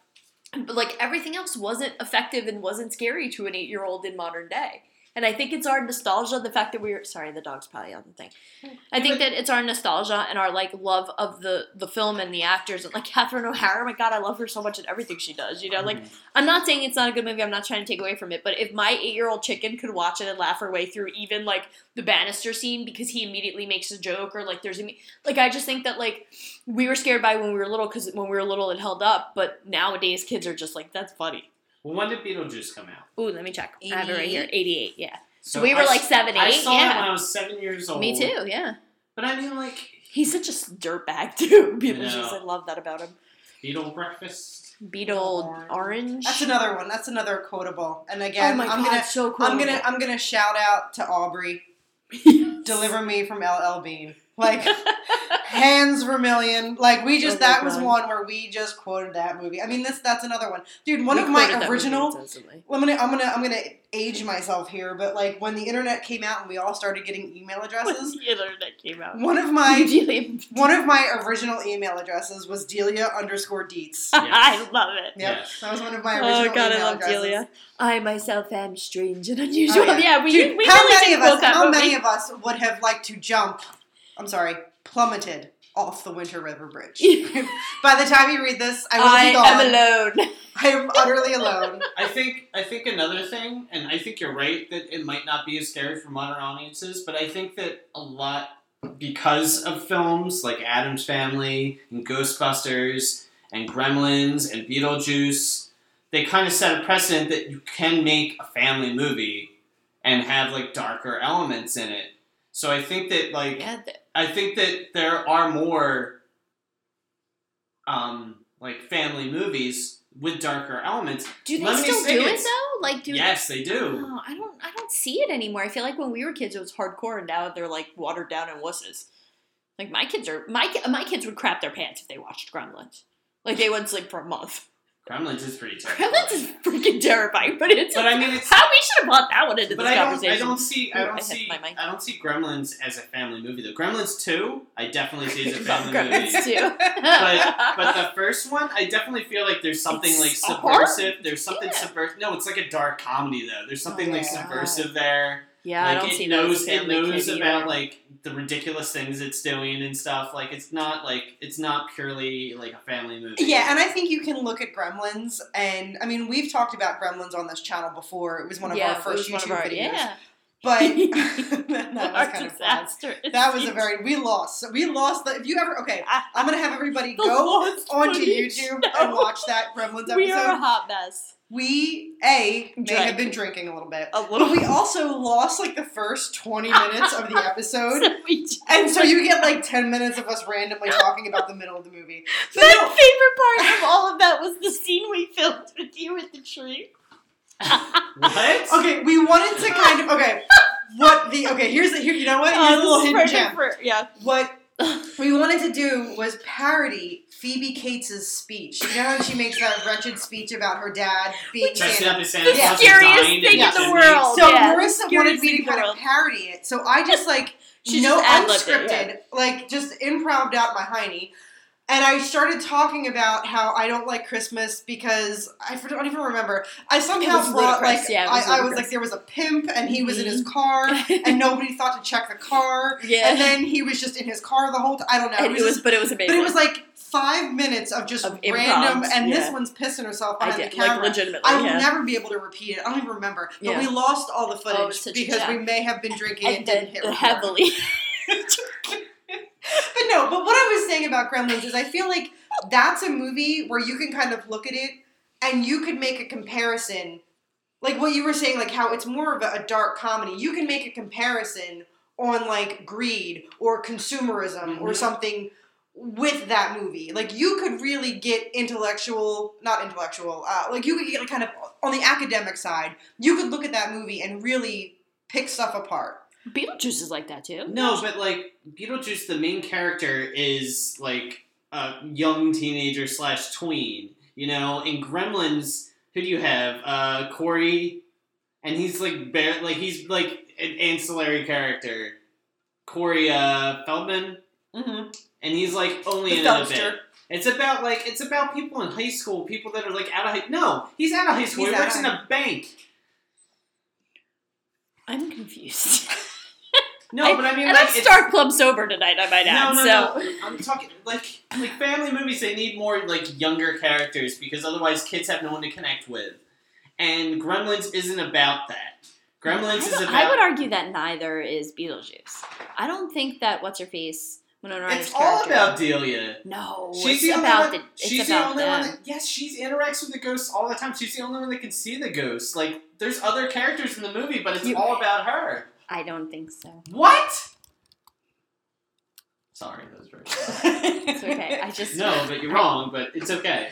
Speaker 8: but like everything else wasn't effective and wasn't scary to an eight-year-old in modern day. And I think it's our nostalgia, the fact that we were sorry, the dog's probably on the thing. I think that it's our nostalgia and our like love of the the film and the actors and like Catherine O'Hara. Oh my God, I love her so much in everything she does. You know, like I'm not saying it's not a good movie. I'm not trying to take away from it. But if my eight year old chicken could watch it and laugh her way through even like the banister scene because he immediately makes a joke or like there's a me- like I just think that like we were scared by it when we were little because when we were little it held up. But nowadays kids are just like that's funny.
Speaker 9: Well, when did Beetlejuice come out?
Speaker 8: Ooh, let me check. I have it right here. Eighty eight. Yeah. So,
Speaker 9: So
Speaker 8: we were
Speaker 9: I s-
Speaker 8: like seven,
Speaker 9: I
Speaker 8: eight.
Speaker 9: saw that when
Speaker 8: Yeah.
Speaker 9: I was seven years old.
Speaker 8: Me too. Yeah.
Speaker 9: But I mean, like
Speaker 8: He's such a s- dirtbag too. Beetlejuice.
Speaker 9: No.
Speaker 8: I love that about him.
Speaker 9: Beetle Breakfast.
Speaker 8: Beetle orange.
Speaker 7: that's another one. That's another quotable. And again,
Speaker 8: oh my
Speaker 7: I'm
Speaker 8: god,
Speaker 7: gonna
Speaker 8: so cool.
Speaker 7: I'm gonna I'm gonna shout out to Aubrey. Deliver me from LL Bean. Like hands vermillion. Like we just
Speaker 8: Oh my
Speaker 7: that was
Speaker 8: God.
Speaker 7: one where we just quoted that movie. I mean this that's another one, dude. One
Speaker 8: We
Speaker 7: of my
Speaker 8: quoted that movie
Speaker 7: original
Speaker 8: extensively.
Speaker 7: well, I'm gonna, I'm gonna, I'm gonna age myself here, but like when the internet came out and we all started getting email addresses,
Speaker 8: The internet came out.
Speaker 7: one of my,
Speaker 8: Really-
Speaker 7: one of my original email addresses was Delia underscore Deets. Yep,
Speaker 8: I love it.
Speaker 9: Yes.
Speaker 7: that was one of my original
Speaker 8: Oh god,
Speaker 7: email
Speaker 8: I love
Speaker 7: addresses.
Speaker 8: Delia. I myself am strange and unusual.
Speaker 7: Oh, yeah.
Speaker 8: yeah. we
Speaker 7: Dude,
Speaker 8: we
Speaker 7: how
Speaker 8: really
Speaker 7: many
Speaker 8: did
Speaker 7: of us,
Speaker 8: quote that
Speaker 7: how
Speaker 8: movie.
Speaker 7: many of us would have liked to jump? I'm sorry, plummeted off the Winter River Bridge. By the time you read this, I will be gone.
Speaker 8: I am alone.
Speaker 7: I am utterly alone.
Speaker 9: I think I think another thing, and I think you're right that it might not be as scary for modern audiences, but I think that a lot because of films like Adam's Family and Ghostbusters and Gremlins and Beetlejuice, they kind of set a precedent that you can make a family movie and have like darker elements in it. So I think that like
Speaker 8: Yeah, th-
Speaker 9: I think that there are more um like family movies with darker elements.
Speaker 8: do they
Speaker 9: Let me
Speaker 8: still
Speaker 9: sing
Speaker 8: do it
Speaker 9: it.
Speaker 8: though? Like do
Speaker 9: yes, they do.
Speaker 8: Oh, I don't I don't see it anymore. I feel like when we were kids it was hardcore and now they're like watered down and wusses. Like my kids are my ki- my kids would crap their pants if they watched Gremlins. Like they wouldn't sleep for a month.
Speaker 9: Gremlins is pretty terrible.
Speaker 8: Gremlins is freaking terrifying, but it's
Speaker 9: But I mean, it's-
Speaker 8: how we should have brought that one into
Speaker 9: But
Speaker 8: this
Speaker 9: I don't, I
Speaker 8: conversation.
Speaker 9: don't see I
Speaker 8: Ooh, I
Speaker 9: don't
Speaker 8: hit
Speaker 9: see
Speaker 8: my mic.
Speaker 9: I don't see Gremlins as a family movie though. Gremlins two, I definitely see as a
Speaker 8: Love
Speaker 9: family
Speaker 8: Gremlins
Speaker 9: movie.
Speaker 8: too.
Speaker 9: But but the first one, I definitely feel like there's something
Speaker 8: It's
Speaker 9: like
Speaker 8: a horror?
Speaker 9: subversive. There's something
Speaker 8: Yeah. Oh
Speaker 9: subversive. No, it's like a dark comedy though. There's something like
Speaker 7: yeah.
Speaker 9: subversive there.
Speaker 8: yeah,
Speaker 9: like
Speaker 8: I don't
Speaker 9: it
Speaker 8: see
Speaker 9: knows
Speaker 8: that as
Speaker 9: it
Speaker 8: family
Speaker 9: knows
Speaker 8: kid
Speaker 9: about
Speaker 8: either.
Speaker 9: like the ridiculous things it's doing and stuff. Like it's not like it's not purely like a family movie.
Speaker 7: Yeah, and I think you can look at Gremlins, and I mean, we've talked about Gremlins on this channel before. It was one of
Speaker 8: yeah,
Speaker 7: our first
Speaker 8: it was
Speaker 7: YouTube
Speaker 8: one of our,
Speaker 7: videos.
Speaker 8: Yeah,
Speaker 7: But that was
Speaker 8: Our
Speaker 7: kind of fun.
Speaker 8: disaster.
Speaker 7: That was a very we lost. We lost the. If you ever okay, I'm gonna have everybody
Speaker 8: The
Speaker 7: go
Speaker 8: lost
Speaker 7: onto
Speaker 8: footage.
Speaker 7: YouTube and
Speaker 8: No.
Speaker 7: watch that Gremlins episode.
Speaker 8: We are a hot mess.
Speaker 7: we a may
Speaker 8: Drank.
Speaker 7: have been drinking a little bit.
Speaker 8: A little.
Speaker 7: But we also lost like the first 20 minutes of the episode.
Speaker 8: So we just-
Speaker 7: And so you get like 10 minutes of us randomly talking about the middle of the movie. So
Speaker 8: My
Speaker 7: no,
Speaker 8: favorite part of all of that was the scene we filmed with you at the tree.
Speaker 9: what?
Speaker 7: okay, we wanted to kind of okay, what the okay, here's the here you know what? Here's a little
Speaker 8: Um,
Speaker 7: hidden
Speaker 8: for-
Speaker 7: gem.
Speaker 8: for- yeah.
Speaker 7: What we wanted to do was parody Phoebe Cates' speech. You know how she makes that wretched speech about her dad being
Speaker 9: Dressed
Speaker 7: Santa
Speaker 9: up as Santa
Speaker 8: The
Speaker 9: Claus and
Speaker 8: scariest
Speaker 9: dying
Speaker 8: thing
Speaker 7: in
Speaker 9: and
Speaker 7: the
Speaker 9: Disney.
Speaker 8: world.
Speaker 7: So
Speaker 8: Oh, Yeah,
Speaker 7: Marissa wanted
Speaker 8: scariest
Speaker 7: me to
Speaker 8: thing
Speaker 7: kind of
Speaker 8: world.
Speaker 7: parody it. So I just like
Speaker 8: She
Speaker 7: no
Speaker 8: just ad-libbed it,
Speaker 7: unscripted, like just improvised out my hiney. And I started talking about how I don't like Christmas because I for- don't even remember. I somehow
Speaker 8: was
Speaker 7: brought
Speaker 8: ludicrous.
Speaker 7: like
Speaker 8: Yeah, it was
Speaker 7: I, I was
Speaker 8: ludicrous. Mm-hmm.
Speaker 7: like there was a pimp and he was in his car and nobody thought to check the car
Speaker 8: Yeah.
Speaker 7: and then he was just in his car the whole time. I don't know.
Speaker 8: And it was,
Speaker 7: just-
Speaker 8: but it was amazing.
Speaker 7: but it was like five minutes of just
Speaker 8: Of
Speaker 7: random.
Speaker 8: improvs,
Speaker 7: And this
Speaker 8: yeah.
Speaker 7: one's pissing herself
Speaker 8: I
Speaker 7: behind
Speaker 8: did,
Speaker 7: the
Speaker 8: like
Speaker 7: camera.
Speaker 8: legitimately.
Speaker 7: I will
Speaker 8: yeah.
Speaker 7: never be able to repeat it. I don't even remember. But
Speaker 8: Yeah.
Speaker 7: we lost all the footage
Speaker 8: Oh, it was such a
Speaker 7: because we
Speaker 8: jack.
Speaker 7: may have been drinking and,
Speaker 8: and
Speaker 7: didn't
Speaker 8: then
Speaker 7: hit record.
Speaker 8: heavily.
Speaker 7: But no, but what I was saying about Gremlins is I feel like that's a movie where you can kind of look at it and you could make a comparison. Like what you were saying, like how it's more of a, a dark comedy. You can make a comparison on like greed or consumerism or
Speaker 9: Mhm.
Speaker 7: something with that movie. Like you could really get intellectual, not intellectual, uh, like you could get kind of on the academic side. You could look at that movie and really pick stuff apart.
Speaker 8: Beetlejuice is like that too.
Speaker 9: No, but like Beetlejuice, the main character is like a young teenager slash tween, you know. In Gremlins, who do you have? Uh, Corey, and he's like bare, like he's like an ancillary character. Corey uh, Feldman,
Speaker 7: Mm-hmm.
Speaker 9: and he's like only
Speaker 7: The
Speaker 9: in it a bit.
Speaker 7: Felster.
Speaker 9: It's about like it's about people in high school, people that are like out of high. No, he's out of high school.
Speaker 7: He's
Speaker 9: he
Speaker 7: out
Speaker 9: works
Speaker 7: of-
Speaker 9: in a bank.
Speaker 8: I'm confused.
Speaker 9: No, but I mean,
Speaker 8: and
Speaker 9: like,
Speaker 8: I'm
Speaker 9: it's-
Speaker 8: Star Plum sober tonight. I might
Speaker 9: No,
Speaker 8: add.
Speaker 9: no,
Speaker 8: uh, so
Speaker 9: no. I'm talking like like family movies. They need more like younger characters because otherwise kids have no one to connect with. And Gremlins isn't about that. Gremlins
Speaker 8: I,
Speaker 9: is
Speaker 8: would-
Speaker 9: about.
Speaker 8: I would argue that neither is Beetlejuice. I don't think that what's her face Winona Ryder's
Speaker 9: it's all
Speaker 8: character-
Speaker 9: about Delia.
Speaker 8: No,
Speaker 9: She's the
Speaker 8: it's
Speaker 9: only
Speaker 8: about
Speaker 9: one,
Speaker 8: the. It's
Speaker 9: she's
Speaker 8: about
Speaker 9: the only
Speaker 8: them.
Speaker 9: one. That, yes, she interacts with the ghosts all the time. She's the only one that can see the ghosts. Like there's other characters in the movie, but it's
Speaker 8: You-
Speaker 9: all about her.
Speaker 8: I don't think so.
Speaker 9: What? Sorry, those were.
Speaker 8: It's okay. I just
Speaker 9: no, but you're wrong. But it's okay.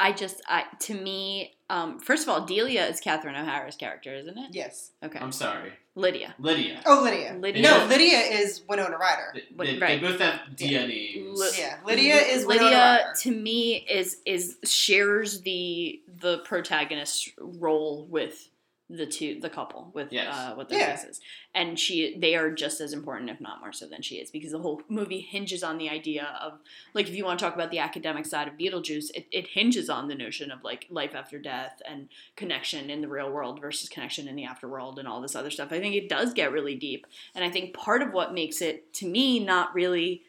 Speaker 8: I just, I to me, um, first of all, Delia is Catherine O'Hara's character, isn't it?
Speaker 7: Yes.
Speaker 8: Okay.
Speaker 9: I'm sorry,
Speaker 8: Lydia.
Speaker 9: Lydia.
Speaker 7: Oh, Lydia.
Speaker 8: Lydia.
Speaker 7: No, Lydia is Winona Ryder.
Speaker 9: They,
Speaker 8: What-
Speaker 9: they-
Speaker 8: right.
Speaker 9: they both have D names.
Speaker 8: Li-
Speaker 7: Yeah, Lydia is Winona
Speaker 8: Lydia
Speaker 7: Ryder.
Speaker 8: to me is is shares the the protagonist role with the two the couple with
Speaker 9: Yes.
Speaker 8: uh, with their
Speaker 7: Yeah.
Speaker 8: faces, and she they are just as important if not more so than she is because the whole movie hinges on the idea of like if you want to talk about the academic side of Beetlejuice, it, it hinges on the notion of like life after death and connection in the real world versus connection in the afterworld and all this other stuff. I think it does get really deep, and I think part of what makes it to me not really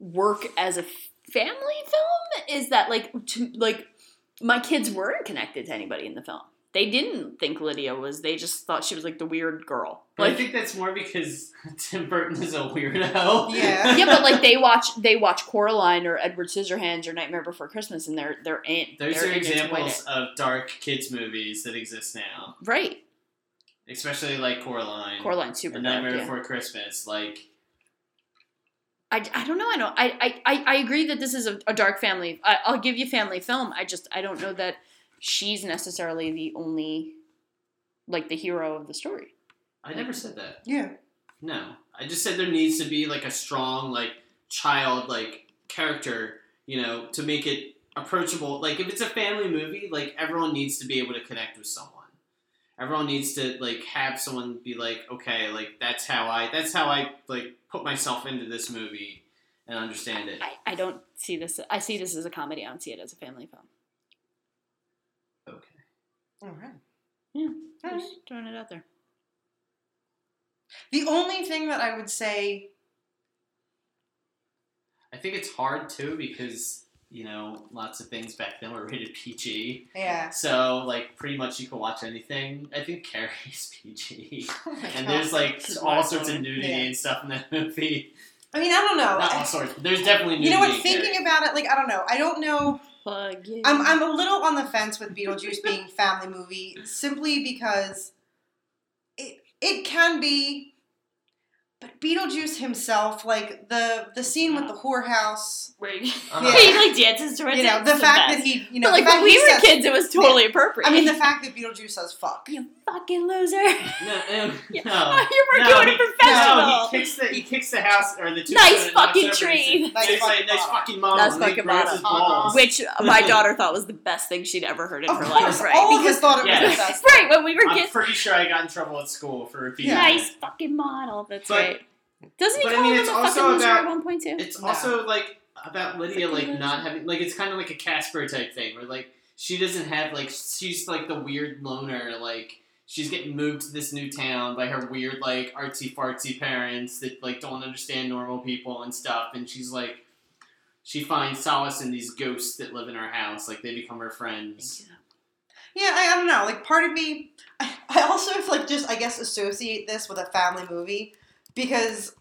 Speaker 8: work as a f- family film is that like to, like my kids weren't connected to anybody in the film. They didn't think Lydia was. They just thought she was like the weird girl.
Speaker 9: But I
Speaker 8: Like
Speaker 9: think that's more because Tim Burton is a weirdo.
Speaker 7: Yeah.
Speaker 8: yeah, but like they watch they watch Coraline or Edward Scissorhands or Nightmare Before Christmas, and they're they're in.
Speaker 9: Those
Speaker 8: they're
Speaker 9: are
Speaker 8: in it to win
Speaker 9: examples
Speaker 8: it.
Speaker 9: of dark kids movies that exist now,
Speaker 8: right?
Speaker 9: especially like Coraline,
Speaker 8: Coraline super.
Speaker 9: A
Speaker 8: dark,
Speaker 9: Nightmare
Speaker 8: yeah.
Speaker 9: Before Christmas. Like
Speaker 8: I, I don't know. I don't. I I, I, I agree that this is a, a dark family. I, I'll give you family film. I just I don't know that she's necessarily the only like the hero of the story.
Speaker 9: I never said that.
Speaker 7: Yeah.
Speaker 9: No, I just said there needs to be like a strong like child like character, you know, to make it approachable. Like if it's a family movie, like everyone needs to be able to connect with someone. Everyone needs to like have someone be like, okay, like that's how I that's how I like put myself into this movie and understand it.
Speaker 8: I, I don't see this. I see this as a comedy. I don't see it as a family film.
Speaker 9: Okay.
Speaker 7: All right.
Speaker 8: Yeah,
Speaker 7: All right.
Speaker 8: just throwing it out there.
Speaker 7: The only thing that I would say,
Speaker 9: I think it's hard too because you know lots of things back then were rated PG,
Speaker 7: yeah.
Speaker 9: so like pretty much you could watch anything. I think Carrie's PG.
Speaker 7: Oh my
Speaker 9: and
Speaker 7: God.
Speaker 9: there's like
Speaker 8: This is
Speaker 9: all
Speaker 8: wild.
Speaker 9: sorts of nudity
Speaker 7: Yeah.
Speaker 9: and stuff in that movie.
Speaker 7: I mean, I don't
Speaker 8: Oh,
Speaker 7: know.
Speaker 9: Not all
Speaker 7: I-
Speaker 9: sorts. But there's definitely nudity.
Speaker 7: you know what?
Speaker 9: in
Speaker 7: Thinking
Speaker 9: Carrie.
Speaker 7: about it, like I don't know. I don't know.
Speaker 8: Plug in.
Speaker 7: I'm I'm a little on the fence with Beetlejuice being family movie simply because it it can be, but Beetlejuice himself, like the the scene with the whorehouse,
Speaker 8: where he,
Speaker 9: Uh-huh.
Speaker 8: he like dances towards
Speaker 7: you know,
Speaker 8: it.
Speaker 7: the
Speaker 8: It's
Speaker 7: fact
Speaker 8: best.
Speaker 7: that he, you know,
Speaker 8: but like
Speaker 7: the fact
Speaker 8: when we
Speaker 7: he
Speaker 8: were
Speaker 7: says-
Speaker 8: kids, it was totally appropriate.
Speaker 7: I mean, the fact that Beetlejuice says fuck.
Speaker 8: you fucking loser. you
Speaker 9: No, no,
Speaker 8: Yeah.
Speaker 9: no.
Speaker 8: were
Speaker 9: No,
Speaker 8: doing
Speaker 9: he-
Speaker 8: it professional.
Speaker 9: No, he kicks the he kicks the house or the
Speaker 8: Nice
Speaker 9: tombstone and knocks
Speaker 8: fucking
Speaker 9: over and
Speaker 8: tree.
Speaker 9: he's-
Speaker 7: Nice
Speaker 9: he's like,
Speaker 7: fucking
Speaker 9: nice
Speaker 7: bottom.
Speaker 9: fucking mom.
Speaker 8: Nice
Speaker 9: and he
Speaker 8: fucking
Speaker 9: grabs
Speaker 8: bottom.
Speaker 9: his balls.
Speaker 8: which my daughter thought was the best thing she'd ever heard in
Speaker 7: Of
Speaker 8: her
Speaker 7: course,
Speaker 8: life, right?
Speaker 7: all of us thought it was
Speaker 9: Yes.
Speaker 7: the best.
Speaker 8: right when we were
Speaker 9: I'm
Speaker 8: kids,
Speaker 9: pretty sure I got in trouble at school for repeating.
Speaker 7: Yeah.
Speaker 9: that.
Speaker 8: nice fucking model. That's
Speaker 9: But-
Speaker 8: right. Doesn't he
Speaker 9: but I
Speaker 8: call
Speaker 9: mean,
Speaker 8: him
Speaker 9: it's
Speaker 8: a
Speaker 9: also
Speaker 8: fucking loser
Speaker 9: about-
Speaker 8: at one point too?
Speaker 9: It's
Speaker 7: No.
Speaker 9: also like about Lydia,
Speaker 8: Fucking
Speaker 9: like
Speaker 8: loser.
Speaker 9: not having like it's kind of like a Casper type thing where like she doesn't have like she's like the weird loner like. She's getting moved to this new town by her weird, like artsy fartsy parents that like don't understand normal people and stuff. And she's like, she finds solace in these ghosts that live in her house. Like they become her friends.
Speaker 7: Yeah, I, I don't know. Like, part of me, I, I also like just I guess associate this with a family movie because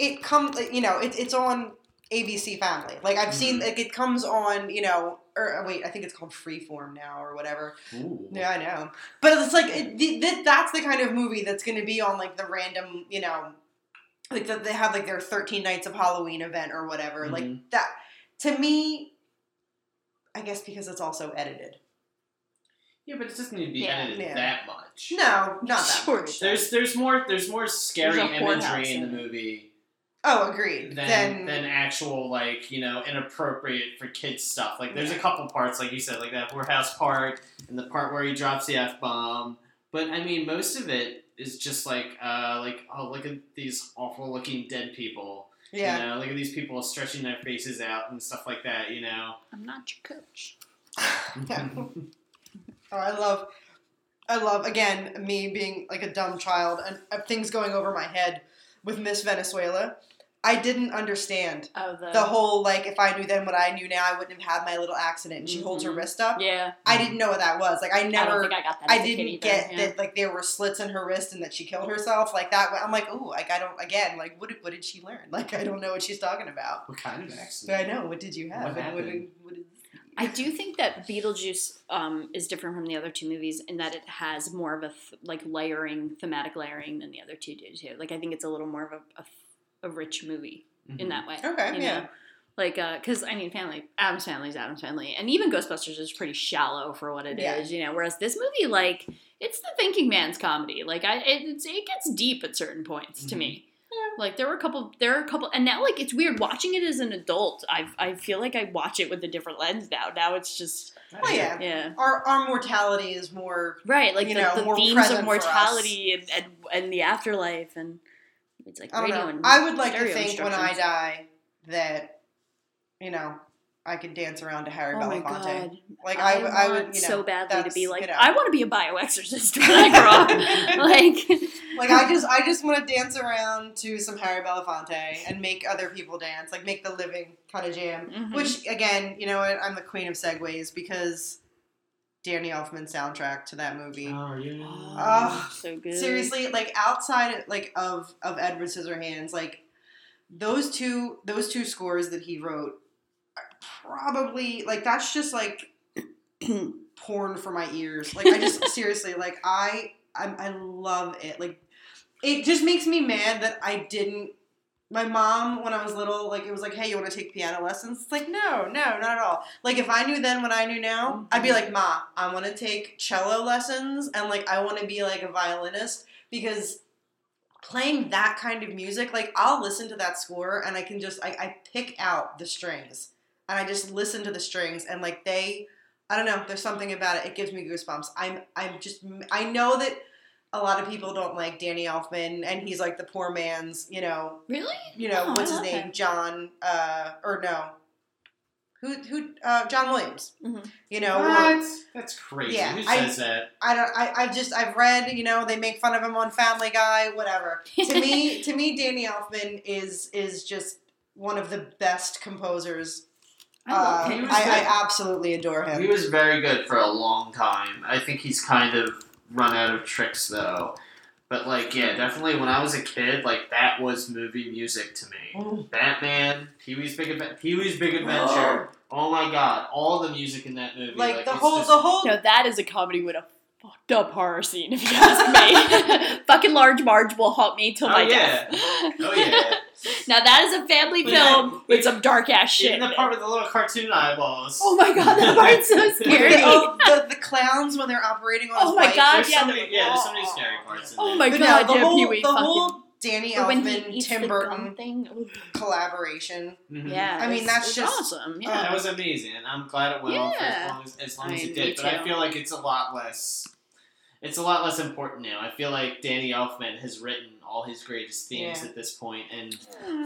Speaker 7: it comes, you know, it, it's on ABC Family. Like I've seen, like it comes on, you know, or uh, wait, I think it's called Freeform now or whatever.
Speaker 9: Ooh.
Speaker 7: Yeah, I know. But it's like it, th- th- that's the kind of movie that's going to be on like the random, you know, like that they have like their 13 nights of Halloween event or whatever. Like that to me I guess because it's also edited.
Speaker 9: Yeah, but it doesn't need to be
Speaker 8: Yeah.
Speaker 9: edited
Speaker 7: Yeah.
Speaker 9: that much.
Speaker 7: No, not that.
Speaker 8: Sure.
Speaker 7: much.
Speaker 9: There's there's more there's more scary
Speaker 8: There's a whorehouse
Speaker 9: imagery in the
Speaker 8: in it.
Speaker 9: movie
Speaker 7: Oh, agreed.
Speaker 9: than
Speaker 7: Then,
Speaker 9: than actual like you know inappropriate for kids stuff. Like there's a couple parts like you said like that whorehouse part and the part where he drops the f bomb. But I mean most of it is just like uh like oh look at these awful looking dead people.
Speaker 7: yeah.
Speaker 9: You know, look at these people stretching their faces out and stuff like that. You know.
Speaker 8: I'm not your coach.
Speaker 7: Yeah. Oh, I love I love again me being like a dumb child and uh, things going over my head with Miss Venezuela. I didn't understand
Speaker 8: Oh, the,
Speaker 7: the whole like if I knew then what I knew now I wouldn't have had my little accident and she holds her
Speaker 8: Mhm.
Speaker 7: wrist up.
Speaker 8: yeah.
Speaker 7: I didn't know what that was. Like I
Speaker 8: I don't
Speaker 7: never
Speaker 8: think I got that.
Speaker 7: I
Speaker 8: as a kid
Speaker 7: didn't
Speaker 8: either,
Speaker 7: get
Speaker 8: yeah.
Speaker 7: that like there were slits in her wrist and that she killed herself like that. I'm like, "Ooh, like I don't again, like what did, what did she learn? Like I don't know what she's talking about."
Speaker 9: What kind of
Speaker 7: I
Speaker 9: accident?
Speaker 7: know. What did you have?
Speaker 9: What
Speaker 7: And
Speaker 9: happened?
Speaker 7: what did-
Speaker 8: I do think that Beetlejuice um, is different from the other two movies in that it has more of a th- like layering, thematic layering than the other
Speaker 9: Mm-hmm.
Speaker 8: two do too. Like I think it's a little more of a, a, a rich movie in that way.
Speaker 7: Okay,
Speaker 8: you
Speaker 7: yeah.
Speaker 8: know? Like, uh, cause I mean, family, Adam's family is Adam's family, and even Ghostbusters is pretty shallow for what it is,
Speaker 7: Yeah.
Speaker 8: you know. Whereas this movie, like, it's the thinking man's comedy. Like, I, it, it's, it gets deep at certain points to me. Like, there were a couple, there are a couple, and now, like, it's weird watching it as an adult. I, I feel like I watch it with a different lens now. Now it's just,
Speaker 7: Well, oh, yeah.
Speaker 8: yeah.
Speaker 7: Our our mortality is more.
Speaker 8: Right, like
Speaker 7: you
Speaker 8: the,
Speaker 7: know,
Speaker 8: the
Speaker 7: more
Speaker 8: themes
Speaker 7: present
Speaker 8: of
Speaker 7: for
Speaker 8: mortality and, and and the afterlife, and it's like
Speaker 7: I don't
Speaker 8: radio
Speaker 7: know.
Speaker 8: and
Speaker 7: I would like to
Speaker 8: stereo
Speaker 7: think when I
Speaker 8: instructions.
Speaker 7: die that, you know, I could dance around to Harry
Speaker 8: Oh my
Speaker 7: Belafonte.
Speaker 8: god!
Speaker 7: Like I, w- I would,
Speaker 8: want
Speaker 7: you know,
Speaker 8: so badly to
Speaker 7: that's,
Speaker 8: be like,
Speaker 7: you know.
Speaker 8: I want to be a bioexorcist when I grow up. like,
Speaker 7: Like I just, I just want to dance around to some Harry Belafonte and make other people dance, like make the living kind of jam.
Speaker 8: Mhm.
Speaker 7: Which again, you know, what? I'm the queen of segues because Danny Elfman soundtrack to that movie.
Speaker 9: Oh, yeah.
Speaker 7: Ugh.
Speaker 8: so good.
Speaker 7: Seriously, like outside like of of Edward Scissorhands, like those two those two scores that he wrote are probably like that's just like porn for my ears. Like I just seriously like I I, I love it. Like it just makes me mad that I didn't. My mom, when I was little, like it was like, "Hey, you want to take piano lessons?" It's like, "No, no, not at all." Like if I knew then what I knew now, I'd be like, "Ma, I want to take cello lessons and like I want to be like a violinist because playing that kind of music, like I'll listen to that score and I can just I, I pick out the strings and I just listen to the strings and like they, I don't know, there's something about it. It gives me goosebumps. I'm I'm just I know that a lot of people don't like Danny Elfman and he's like the poor man's, you know,
Speaker 8: really?
Speaker 7: you know
Speaker 8: Oh, I
Speaker 7: what's his
Speaker 8: love
Speaker 7: name,
Speaker 8: him.
Speaker 7: John uh or no, who who uh, John Williams,
Speaker 8: Mhm.
Speaker 7: you know. or-
Speaker 9: What? That's crazy.
Speaker 7: Yeah,
Speaker 9: Who
Speaker 7: I-
Speaker 9: says that?
Speaker 7: I don't. I, I've just. I've read. You know, they make fun of him on Family Guy. Whatever. To me, to me, Danny Elfman is is just one of the best composers.
Speaker 8: I love
Speaker 7: Uh,
Speaker 9: him. He was
Speaker 7: I,
Speaker 9: good.
Speaker 7: I absolutely adore
Speaker 9: He
Speaker 7: him.
Speaker 9: was very good for a long time. I think he's kind of run out of tricks though. But like, yeah, definitely when I was a kid, like that was movie music to me. Batman, Pee Wee's Big Adventure, Pee Wee's Big Adventure. oh my God, all the music in that movie,
Speaker 7: Like the
Speaker 9: it's
Speaker 7: whole,
Speaker 9: just-
Speaker 7: the whole.
Speaker 8: No, that is a comedy with a fucked up horror scene. If you ask me, fucking large Marge will haunt me till
Speaker 9: Oh,
Speaker 8: my
Speaker 9: yeah.
Speaker 8: death.
Speaker 9: Oh yeah,
Speaker 8: Now that is a family
Speaker 9: But
Speaker 8: film
Speaker 9: then-
Speaker 8: with some dark ass shit.
Speaker 9: even
Speaker 8: in
Speaker 9: the
Speaker 8: it.
Speaker 9: part with the little cartoon eyeballs.
Speaker 8: oh my god, that part's so
Speaker 7: the,
Speaker 8: scary.
Speaker 7: oh, the, the clowns when they're operating on.
Speaker 8: Oh
Speaker 7: his
Speaker 8: my
Speaker 7: bike.
Speaker 8: God,
Speaker 9: There's
Speaker 8: yeah,
Speaker 9: so many,
Speaker 8: the-
Speaker 9: yeah, there's so many scary parts. In
Speaker 8: Oh
Speaker 9: it.
Speaker 8: my
Speaker 7: But
Speaker 8: god,
Speaker 7: no, the
Speaker 8: yeah,
Speaker 7: whole,
Speaker 8: Pee Wee
Speaker 7: the
Speaker 8: fucking.
Speaker 7: whole Danny
Speaker 8: or when he
Speaker 7: Elfman
Speaker 8: eats
Speaker 7: Tim
Speaker 8: the gum
Speaker 7: Burton
Speaker 8: thing. Ugh.
Speaker 7: collaboration.
Speaker 9: Mhm.
Speaker 8: Yeah,
Speaker 7: I mean,
Speaker 8: it's-
Speaker 7: that's
Speaker 8: it's
Speaker 7: just-
Speaker 8: awesome.
Speaker 9: Yeah,
Speaker 8: Yeah,
Speaker 9: that was amazing. and I'm glad it went on for
Speaker 8: Yeah.
Speaker 9: as long as, as long
Speaker 8: I
Speaker 9: as
Speaker 8: mean,
Speaker 9: it
Speaker 8: me
Speaker 9: did. But I
Speaker 8: too.
Speaker 9: feel like it's a lot less. It's a lot less important now. I feel like Danny Elfman has written all his greatest themes
Speaker 7: Yeah.
Speaker 9: at this point, and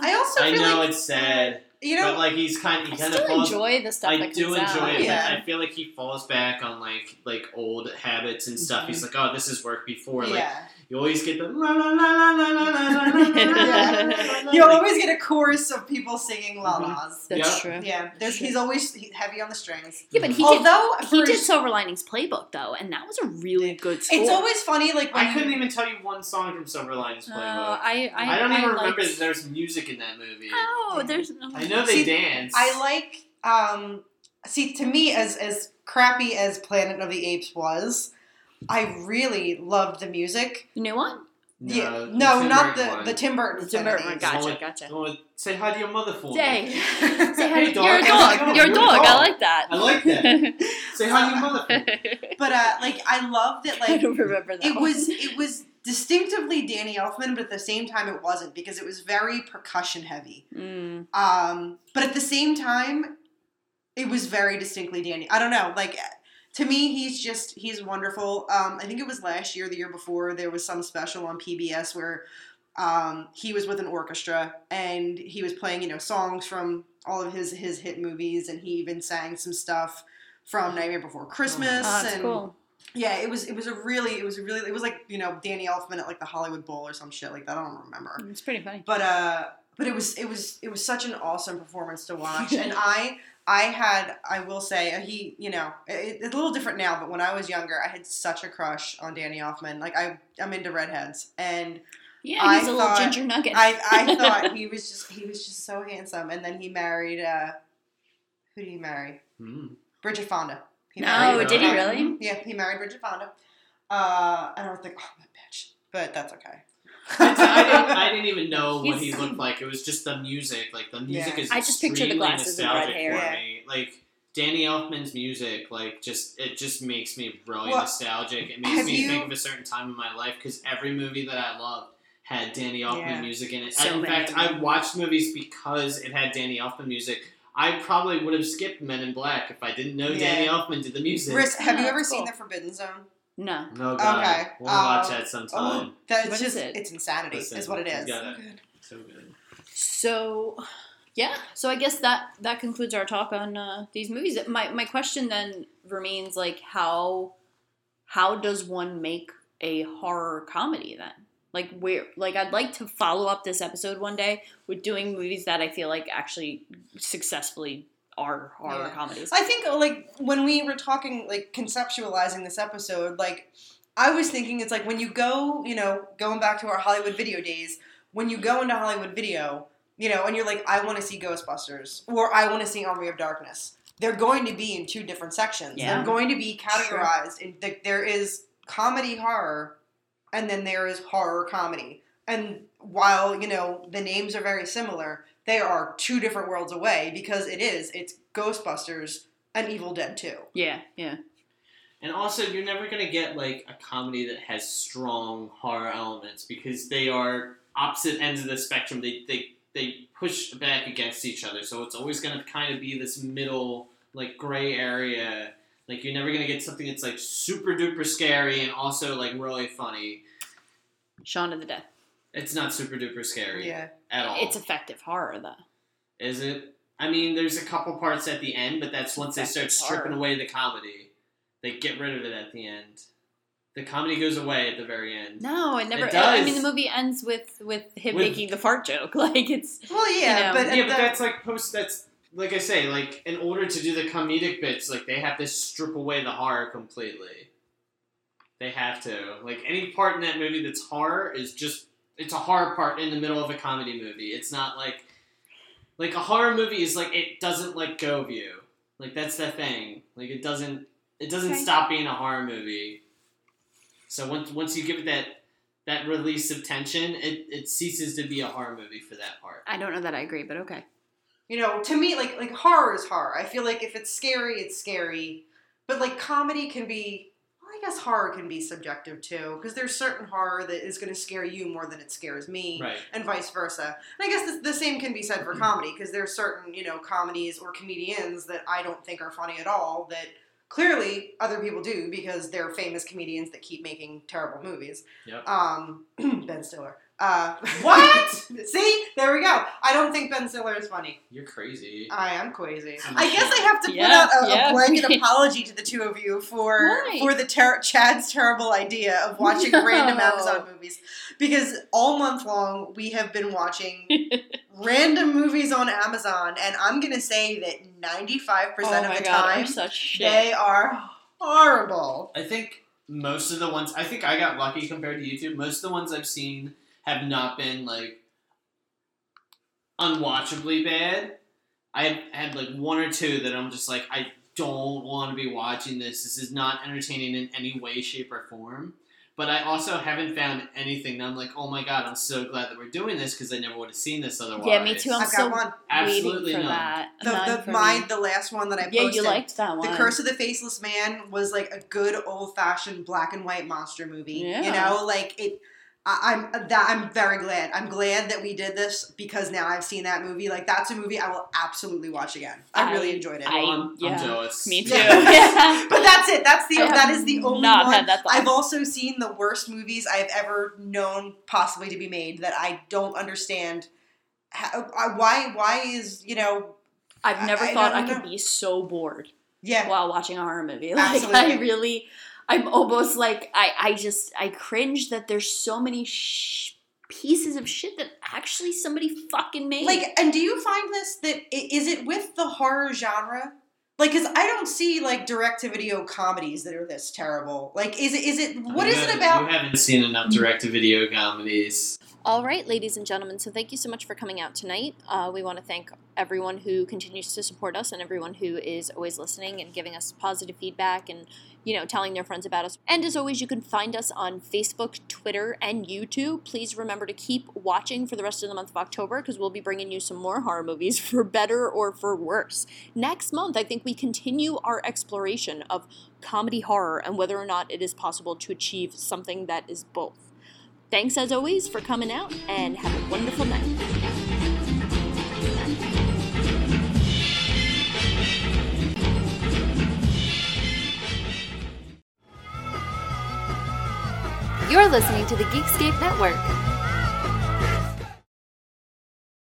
Speaker 7: I also
Speaker 9: I
Speaker 7: feel
Speaker 9: know
Speaker 7: like
Speaker 9: it's sad,
Speaker 7: you know.
Speaker 9: but like he's kind, he
Speaker 8: I
Speaker 9: kind of
Speaker 8: still
Speaker 9: falls.
Speaker 8: enjoy the stuff
Speaker 9: I
Speaker 8: that
Speaker 9: do
Speaker 8: comes
Speaker 9: enjoy
Speaker 8: out.
Speaker 9: it,
Speaker 7: Yeah.
Speaker 9: but I feel like he falls back on like like old habits and stuff. He's like, oh, this has worked before. Like
Speaker 7: yeah.
Speaker 9: you always get the la la la la la la la la la la la.
Speaker 7: You'll
Speaker 9: Like,
Speaker 7: always get a chorus of people singing
Speaker 9: Mm-hmm.
Speaker 7: la-las.
Speaker 8: That's true.
Speaker 7: Yeah, there's, he's always he- heavy on the strings.
Speaker 8: Yeah, but he did.
Speaker 7: Although
Speaker 8: He
Speaker 7: for-
Speaker 8: did Silver Linings Playbook though, and that was a really good score.
Speaker 7: it's always funny. Like when
Speaker 9: I couldn't even tell you one song from Silver Linings
Speaker 8: Oh,
Speaker 9: Playbook.
Speaker 8: I, I,
Speaker 9: I, don't even remember
Speaker 8: liked-
Speaker 9: that there's music in that movie.
Speaker 8: Oh, there's.
Speaker 9: I know they
Speaker 7: See,
Speaker 9: dance.
Speaker 7: I like. Um, see, to me, as as crappy as Planet of the Apes was, I really loved the music.
Speaker 8: You know what?
Speaker 9: no,
Speaker 7: Yeah,
Speaker 9: the
Speaker 7: no,
Speaker 9: Tim
Speaker 7: not
Speaker 9: Burton
Speaker 7: the
Speaker 9: one.
Speaker 7: the Tim Burton.
Speaker 8: Tim
Speaker 7: Planet of
Speaker 8: Burton.
Speaker 7: the Apes.
Speaker 9: It's
Speaker 8: Gotcha,
Speaker 9: all-
Speaker 8: gotcha.
Speaker 9: Oh, say hi to your mother for
Speaker 8: Say,
Speaker 9: me.
Speaker 8: say hi.
Speaker 9: Oh, Hey, dog.
Speaker 8: You're a
Speaker 9: Hey,
Speaker 8: dog.
Speaker 9: dog.
Speaker 8: You're a
Speaker 9: You're a
Speaker 8: dog. I
Speaker 9: dog.
Speaker 8: like that.
Speaker 9: I like that. Say hi to your mother. For me.
Speaker 7: But uh, like, I love that.
Speaker 8: I
Speaker 7: Like,
Speaker 8: don't remember that.
Speaker 7: it
Speaker 8: one.
Speaker 7: was it was distinctively Danny Elfman, but at the same time, it wasn't because it was very percussion heavy.
Speaker 8: Mm.
Speaker 7: Um, but at the same time, it was very distinctly Danny. I don't know. Like to me, he's just he's wonderful. Um, I think it was last year, the year before, there was some special on PBS where um, he was with an orchestra and he was playing you know songs from all of his his hit movies, and he even sang some stuff from Nightmare Before Christmas.
Speaker 8: Oh, that's
Speaker 7: and
Speaker 8: cool.
Speaker 7: yeah, it was it was a really it was a really it was like you know Danny Elfman at like the Hollywood Bowl or some shit like that. I don't remember
Speaker 8: It's pretty funny.
Speaker 7: but uh but it was it was it was such an awesome performance to watch and i i had i will say uh, he you know it, it's a little different now but when i was younger i had such a crush on danny elfman like i i'm into redheads and
Speaker 8: Yeah, he's
Speaker 7: I
Speaker 8: a little
Speaker 7: thought-
Speaker 8: ginger nugget.
Speaker 7: i i thought he was just he was just so handsome and then he married uh who did he marry
Speaker 9: Hmm.
Speaker 7: bridget fonda he
Speaker 8: no,
Speaker 9: Right.
Speaker 8: did he
Speaker 9: Right.
Speaker 8: really?
Speaker 7: yeah he married bridget fonda uh and i was like oh my bitch but that's okay
Speaker 9: I, didn't, I didn't even know what he
Speaker 8: He's-
Speaker 9: looked like. It was just the music. Like the music
Speaker 7: Yeah.
Speaker 9: is.
Speaker 8: I just picture the
Speaker 9: extremely
Speaker 8: glasses and red
Speaker 9: nostalgic
Speaker 8: hair.
Speaker 9: For
Speaker 7: Yeah.
Speaker 9: me. Like Danny Elfman's music, like just it just makes me really
Speaker 7: Well,
Speaker 9: nostalgic. It makes
Speaker 7: have
Speaker 9: me
Speaker 7: you-
Speaker 9: think of a certain time in my life because every movie that I loved had Danny Elfman
Speaker 7: Yeah.
Speaker 9: music in it.
Speaker 8: So
Speaker 9: in fact,
Speaker 8: many.
Speaker 9: I watched movies because it had Danny Elfman music. I probably would have skipped Men in Black if I didn't know
Speaker 7: Yeah.
Speaker 9: Danny Elfman did the music.
Speaker 7: Riz, have you
Speaker 8: Oh,
Speaker 7: ever
Speaker 8: cool.
Speaker 7: seen The Forbidden Zone?
Speaker 8: No.
Speaker 9: No god,
Speaker 7: Okay,
Speaker 9: we'll watch
Speaker 7: um,
Speaker 9: that sometime.
Speaker 7: that's
Speaker 8: What is
Speaker 7: just
Speaker 8: it?
Speaker 7: it's insanity
Speaker 9: Listen,
Speaker 7: is what it
Speaker 9: you
Speaker 7: is.
Speaker 9: gotta-
Speaker 7: So good.
Speaker 9: So good.
Speaker 8: So, yeah. So I guess that that concludes our talk on uh, these movies. My my question then remains like how how does one make a horror comedy then? Like where like I'd like to follow up this episode one day with doing movies that I feel like actually successfully are horror
Speaker 7: Yeah.
Speaker 8: comedies.
Speaker 7: I think like when we were talking like conceptualizing this episode, like I was thinking it's like when you go, you know, going back to our Hollywood video days, when you go into Hollywood video, you know, and you're like, I want to see Ghostbusters or I want to see Army of Darkness. They're going to be in two different sections.
Speaker 8: Yeah.
Speaker 7: They're going to be categorized. In, th- there is comedy horror, and then there is horror comedy. And while you know the names are very similar, they are two different worlds away because it is it's Ghostbusters and Evil Dead Two.
Speaker 8: Yeah, yeah.
Speaker 9: And also, you're never gonna get like a comedy that has strong horror elements because they are opposite ends of the spectrum. They they they push back against each other, so it's always gonna kind of be this middle like gray area. Like you're never gonna get something that's like super duper scary and also like really funny.
Speaker 8: Shaun of the Dead.
Speaker 9: It's not super duper scary
Speaker 7: Yeah,
Speaker 9: at all.
Speaker 8: It's effective horror though.
Speaker 9: Is it? I mean, there's a couple parts at the end, but that's once they
Speaker 8: That's
Speaker 9: start
Speaker 8: the
Speaker 9: stripping
Speaker 8: part.
Speaker 9: away the comedy. They get rid of it at the end. The comedy goes away at the very end.
Speaker 8: No, it never
Speaker 9: It
Speaker 8: I
Speaker 9: does.
Speaker 8: mean the movie ends with with him
Speaker 9: With-
Speaker 8: making the fart joke. Like it's
Speaker 7: well, yeah,
Speaker 8: You know.
Speaker 7: but,
Speaker 9: Yeah, but
Speaker 7: the-
Speaker 9: that's like post. That's like I say, like in order to do the comedic bits, like they have to strip away the horror completely. They have to. Like any part in that movie that's horror is just it's a horror part in the middle of a comedy movie. It's not like like a horror movie is like it doesn't let go of you. Like that's the thing. Like it doesn't it doesn't
Speaker 8: Okay.
Speaker 9: stop being a horror movie. So once once you give it that that release of tension, it, it ceases to be a horror movie for that part.
Speaker 8: I don't know that I agree, but okay.
Speaker 7: you know, to me, like like horror is horror. I feel like if it's scary, it's scary. But like comedy can be, well, I guess horror can be subjective too, because there's certain horror that is going to scare you more than it scares me,
Speaker 9: Right.
Speaker 7: and vice versa. And I guess the, the same can be said for comedy, because there's certain you know comedies or comedians that I don't think are funny at all that clearly other people do because they're famous comedians that keep making terrible movies.
Speaker 9: Yep.
Speaker 7: Um, ben Stiller. Uh,
Speaker 9: What?
Speaker 7: See, there we go. I don't think Ben Stiller is funny.
Speaker 9: You're crazy.
Speaker 7: I am crazy.
Speaker 9: I'm
Speaker 7: I guess I
Speaker 9: ashamed.
Speaker 7: have to put
Speaker 8: Yeah,
Speaker 7: out a,
Speaker 8: yeah.
Speaker 7: a blanket apology to the two of you for
Speaker 8: Why?
Speaker 7: for the ter- Chad's terrible idea of watching
Speaker 8: No.
Speaker 7: random Amazon movies because all month long we have been watching random movies on Amazon, and I'm gonna say that 95
Speaker 8: Oh
Speaker 7: percent of the time
Speaker 8: such
Speaker 7: they are horrible.
Speaker 9: I think most of the ones I think I got lucky compared to YouTube. Most of the ones I've seen have not been like unwatchably bad. I had like one or two that I'm just like I don't want to be watching this. This is not entertaining in any way, shape, or form. But I also haven't found anything that I'm like, oh my god, I'm so glad that we're doing this because I never would have seen this otherwise.
Speaker 8: Yeah, me too. I'm
Speaker 7: I've
Speaker 8: so
Speaker 7: got one.
Speaker 9: Absolutely
Speaker 8: waiting for
Speaker 9: none.
Speaker 8: that. None
Speaker 7: The,
Speaker 8: for
Speaker 7: the,
Speaker 8: me.
Speaker 7: my, the last one that I
Speaker 8: yeah,
Speaker 7: posted.
Speaker 8: you liked that one.
Speaker 7: The Curse of the Faceless Man was like a good old fashioned black and white monster movie. You
Speaker 8: Yeah.
Speaker 7: know, like it. I, I'm that I'm very glad. I'm glad that we did this because now I've seen that movie. Like that's a movie I will absolutely watch again. I, really
Speaker 8: I-
Speaker 7: enjoyed it.
Speaker 8: I-
Speaker 9: Well, I'm,
Speaker 8: yeah.
Speaker 9: I'm jealous.
Speaker 8: Me too.
Speaker 7: Yeah. but that's it. That's the
Speaker 8: I have
Speaker 7: that is the only
Speaker 8: not
Speaker 7: one.
Speaker 8: had that thought.
Speaker 7: I've also seen the worst movies I've ever known possibly to be made that I don't understand. How, I- why why is you know
Speaker 8: I've never
Speaker 7: I- I
Speaker 8: thought I,
Speaker 7: don't
Speaker 8: could
Speaker 7: know.
Speaker 8: be so bored
Speaker 7: yeah
Speaker 8: while watching a horror movie. Like
Speaker 7: Absolutely.
Speaker 8: I really, I'm almost like I, I just I cringe that there's so many sh- pieces of shit that actually somebody fucking made.
Speaker 7: Like, and do you find this that i- is it with the horror genre? Like, because I don't see like direct-to-video comedies that are this terrible. Like, is it is it what is it
Speaker 9: You
Speaker 7: about?
Speaker 9: haven't seen enough direct-to-video comedies.
Speaker 8: All right, ladies and gentlemen, so thank you so much for coming out tonight. Uh, we want to thank everyone who continues to support us and everyone who is always listening and giving us positive feedback and, you know, telling their friends about us. And as always, you can find us on Facebook, Twitter, and YouTube. Please remember to keep watching for the rest of the month of October because we'll be bringing you some more horror movies for better or for worse. Next month, I think we continue our exploration of comedy horror and whether or not it is possible to achieve something that is both. Thanks as always for coming out and have a wonderful night.
Speaker 11: You're listening to the Geekscape Network.